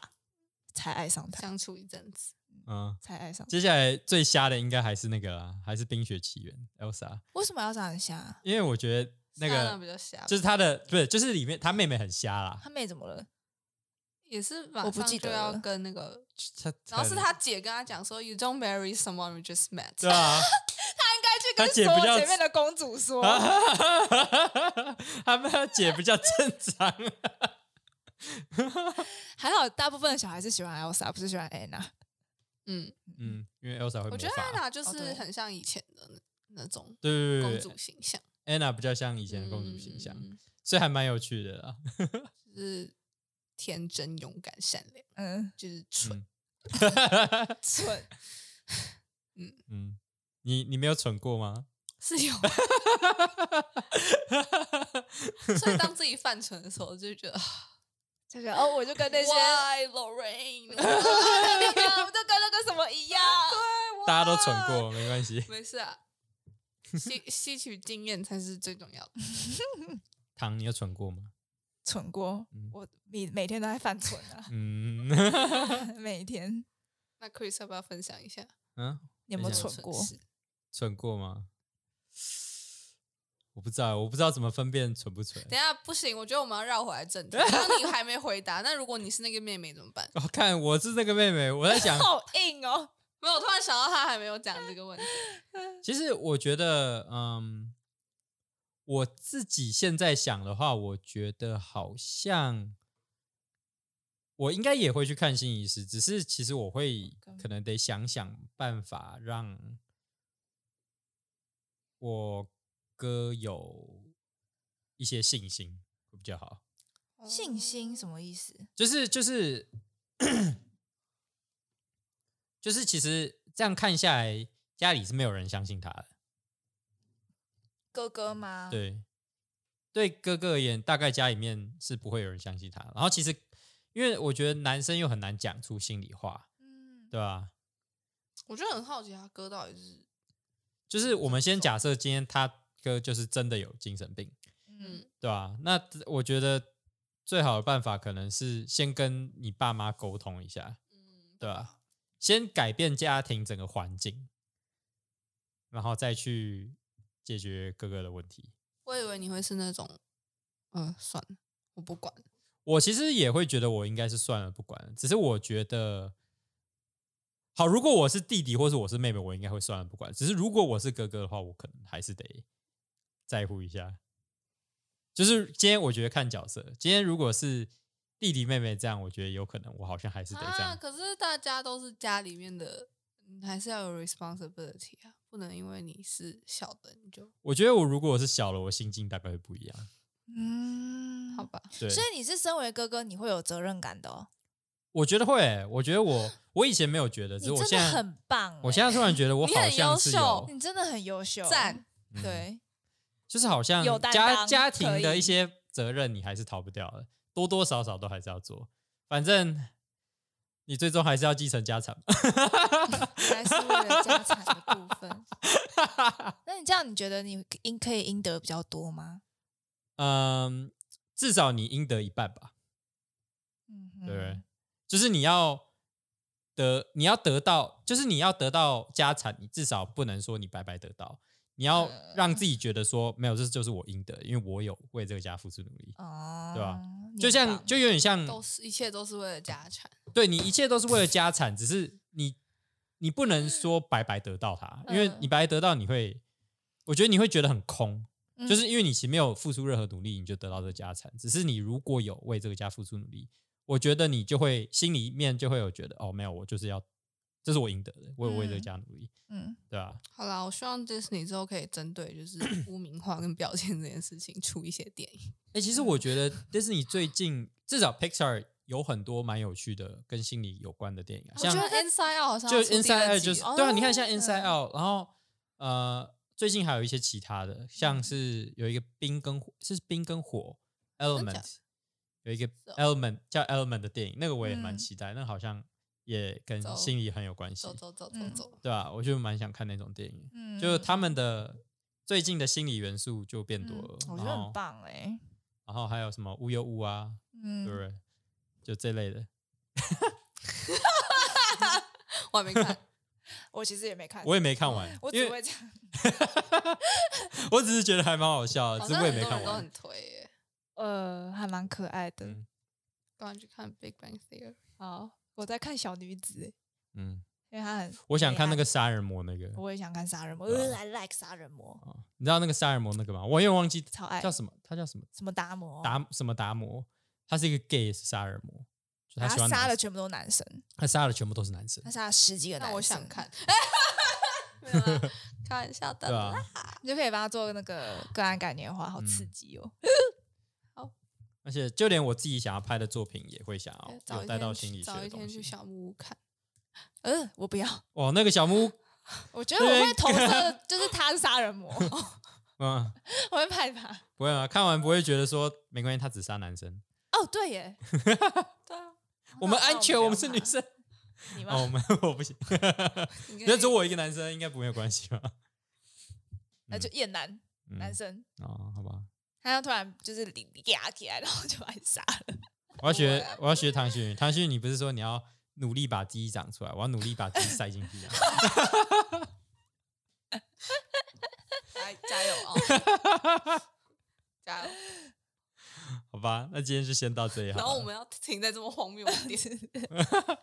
C: 才爱上他，
B: 相处一阵子，
A: 嗯，
C: 才爱上他。
A: 接下来最瞎的应该还是那个啊，还是《冰雪奇缘》Elsa，
C: 为什么要长得瞎？
A: 因为我觉得那
B: 莎娜比
A: 个
B: 较瞎吧，
A: 就是他的不是，就是里面他妹妹很瞎
B: <laughs>
A: 啦，
C: 他妹怎么了？
B: 也是马
C: 我不
B: 上
C: 记
B: 就
C: 得
B: 要
C: 了
B: 跟那个，
A: 他
B: 然后是他姐跟他讲说，You don't marry someone you just met。
A: 对
B: <laughs>
A: 啊， <laughs>
C: 该
A: 他
C: 去
A: 姐
C: 跟所
A: 比较
C: 有姐妹的公主说，
A: 啊他们姐比较正常，啊
C: 还好大部分的小孩是喜欢 Elsa，不是喜欢 Anna。
B: 嗯，
A: 嗯，因为 Elsa 会
B: 我
A: 魔
B: 觉得安
A: 法，
B: 娜就
C: 哦
B: 是
C: 对
B: 很像以前的那那种
A: 对对对
B: 公
A: 对
B: 主形象，
A: a n n a 比较像以前的公主形象，
B: 嗯
A: 所以还蛮有趣的啦。
B: 就是天真、勇敢、善良，
C: 嗯，
B: 就是蠢。
A: <laughs>
C: 蠢。
A: 嗯，你你没有蠢过吗？
B: 是有， <laughs> 所以当自己犯蠢的时候，就觉得
C: 就是哦，我就跟那些，
B: Why Lorraine？
C: 那个 <laughs> 我就跟那个什么一样。
A: 大家都蠢过，没关系。
B: <laughs> 没事啊，吸吸取经验才是最重要的。
A: 糖，你有蠢过吗？
C: 蠢过
A: 嗯，，
C: 我每每天都在犯蠢啊 <laughs>
A: 嗯 <laughs>
C: 每天。
B: 那 Chris 要不要分享一下
A: 嗯，
C: 你有没有
A: 分享
C: 蠢
B: 蠢
C: 过？
B: 事？
A: 蠢过吗？我不知道，我不知道怎么分辨蠢不蠢。
B: 等一下不行，我觉得我们要绕回来正题。那你还没回答，那如果你是那个妹妹怎么办？
A: 我、哦看我是那个妹妹，我在想，
C: 好硬哦，
B: 没有，我突然想到她还没有讲这个问题。
A: 其实我觉得，嗯，我自己现在想的话，我觉得好像我应该也会去看心理医师，只是其实我会可能得想想办法让我哥有一些信心会比较好。
C: <laughs> 信
B: 哦
C: 心什么意思？
A: 就是就是 <coughs> 就是，其实这样看下来，家里是没有人相信他的。
C: 哥哥吗？，
A: 对，对哥哥而言，大概家里面是不会有人相信他。然后其实，因为我觉得男生又很难讲出心里话，
C: 嗯，
A: 对吧、
B: 我就很好奇他哥到底是
A: 就是我们先假设今天他哥就是真的有精神病，
C: 嗯，
A: 对吧、那我觉得最好的办法可能是先跟你爸妈沟通一下，
B: 嗯
A: 对吧、先改变家庭整个环境，然后再去解决哥哥的问题。
B: 我以为你会是那种，嗯、算了，我不管。
A: 我其实也会觉得我应该是算了不管了，只是我觉得，好，如果我是弟弟或是我是妹妹，我应该会算了不管。只是如果我是哥哥的话，我可能还是得在乎一下。就是今天我觉得看角色，今天如果是弟弟妹妹这样，我觉得有可能我好像还是得这样。
B: 啊，可是大家都是家里面的，你还是要有 responsibility 啊，不能因为你是小的你就
A: 我觉得我如果我是小了，我心境大概会不一样。
C: 嗯
B: 好。吧。
A: 对，
C: 所以你是身为哥哥，你会有责任感的哦。
A: 我觉得会、我觉得我我以前没有觉得，只
C: 你
A: 是我
C: 真
A: 现
C: 的
A: 在
C: 很棒欸，
A: 我现在突然觉得我
B: 你很
A: 好像是
B: 优秀
A: 有
C: 你真的很优秀，
B: 赞。
A: 嗯
C: 对，
A: 就是好像
C: 有担
A: 家
C: 当
A: 家
C: 可
A: 庭的
C: 以
A: 一些责任，你还是逃不掉的，多多少少都还是要做。反正你最终还是要继承家产。
C: 还是为了家产的部分。
A: <laughs>
C: 那你这样，你觉得你应可以赢得比较多吗？
A: <laughs> 嗯，至少你应得一半吧，
C: 嗯哼，
A: 对不对？就是你要得，你要得到，就是你要得到家产，你至少不能说你白白得到，你要
C: 呃
A: 让自己觉得说没有，这就是我应得，因为我有为这个家付出努力。
C: 哦，
A: 对吧
C: 你
A: 就
C: 很
A: 像
C: 棒
A: 就有点像
B: 都是一切都是为了家产，
A: 对你一切都是为了家产，只是你你不能说白白得到它，因为
C: 嗯
A: 你白白得到，你会，我觉得你会觉得很空，
C: 嗯
A: 就是因为你其实没有付出任何努力，你就得到这个家产。只是你如果有为这个家付出努力，我觉得你就会心里面就会有觉得，哦，没有，我就是要，这是我应得的，我有为这个
C: 嗯
A: 家努力，
C: 嗯，
A: 对啊吧、
B: 好啦，我希望 Disney 之后可以针对就是
A: <clears throat>
B: 污名化跟标签这件事情出一些电影。
A: 哎、其实我觉得
C: 嗯
A: 迪士尼最近至少 Pixar 有很多蛮有趣的跟心理有关的电影、啊，像
B: 我觉得 Inside Out 好像
A: 就
B: 要出第
A: Inside
B: 二
A: Out
B: 季
A: 就是
B: 了
A: 对啊，
C: 哦
A: 你看像 Inside
C: 嗯
A: Out，然后呃，最近还有一些其他的，像是有一个冰跟火，是冰跟火
B: 的假
A: Element，有一个
B: 是哦
A: Element 叫 Element 的电影，那个我也蛮
C: 嗯
A: 期待，那个好像也跟
B: 走
A: 心理很有关系
B: 走，走走走
C: 嗯
B: 走，
A: 对吧、啊我就蛮想看那种电影，
C: 嗯嗯
A: 就是他们的最近的心理元素就变多了，
C: 我觉
A: 然
C: 得
A: 后
C: 哦很棒哎，
A: 然后还有什么无忧无啊，对不
C: 嗯，
A: 对？就这类的，
B: 我还
A: <laughs>
B: 没看，
A: 哦
C: 我其实也没看，
A: 我也没看完，
C: <laughs> 我
A: 因
C: 只
A: 为
C: 会这样，
A: 我只是觉得还蛮好笑的，
B: 好
A: 只是
B: 像
A: 我也
B: 很
A: 没
B: 多
A: 看
B: 人都
A: 完
B: 很。推耶，
C: 呃，还蛮可爱的
A: 嗯。
B: 刚刚去看《Big Bang Theory》，
C: 好，我在看小女子，欸
A: 嗯，
C: 因为她很，
A: 我想看那
C: 黑暗
A: 个杀人魔那个，
C: 啊我也想看杀人魔
A: 对啊
C: 呃，I like 杀人魔，
A: 哦你知道那个杀人魔那个吗？我也忘记
C: 超爱
A: 叫什么，他叫什么
C: 什么达摩，
A: 达什么达摩，他是一个 gay 杀人魔，就
C: 然
A: 他喜
C: 后他
A: 欢
C: 啊杀
A: 男
C: 的
A: 生
C: 全部都是男生，
A: 他杀的全部都是男生
C: 他，杀了十几个
B: 那
C: 男生，
B: 我
A: <laughs>
B: 想看，没有啦开玩笑的
A: 对啊
B: 啦。，
C: 你就可以帮他做那个个案概念化，好刺
A: 嗯
C: 激哦！ <laughs>
A: 而且就连我自己想要拍的作品也会想要
B: 早
A: 有
B: 一
A: 带
B: 天
A: 到
B: 去
A: 心理学
B: 早
A: 的
B: 一
A: 东
B: 天
A: 西。
B: 去小木
A: <laughs>
B: 屋看，
C: 呃，我不要，
A: 哇，那个小木屋，
C: 我觉得我会投射，就是他是杀人魔， <laughs>
A: 嗯，
C: 我会害怕。
A: 不会啊，看完不会觉得说没关系，他只杀男生，
C: 哦， <laughs> 对耶，
B: 对啊，
A: <laughs> 我们安全，
C: 哦那
A: 我
C: 我
A: 们
C: 们
A: 是
C: 不要
A: 女生。
C: 你
A: 哦，我
C: 吗？
A: 们 <laughs> 我不
C: <laughs>
A: 行，
B: 你可
A: 那
B: 以
A: 只有我一个男生，应该不会有关系吧？
C: 那就厌男
A: 嗯
C: 男生，
A: 哦，好吧，
C: 他要突然就是嗲起来，然后就把你杀了。
A: 我要学，我要学唐旭宇。唐旭宇，你不是说你要努力把鸡长出来？我要努力把鸡塞进 <laughs> 去。啊
B: 加加油哦，
A: <laughs>
B: 加油！
A: 好吧，那今天就先到这里好
B: 然
A: 了。 <laughs>
B: 后我们要停在这么荒谬的点，哦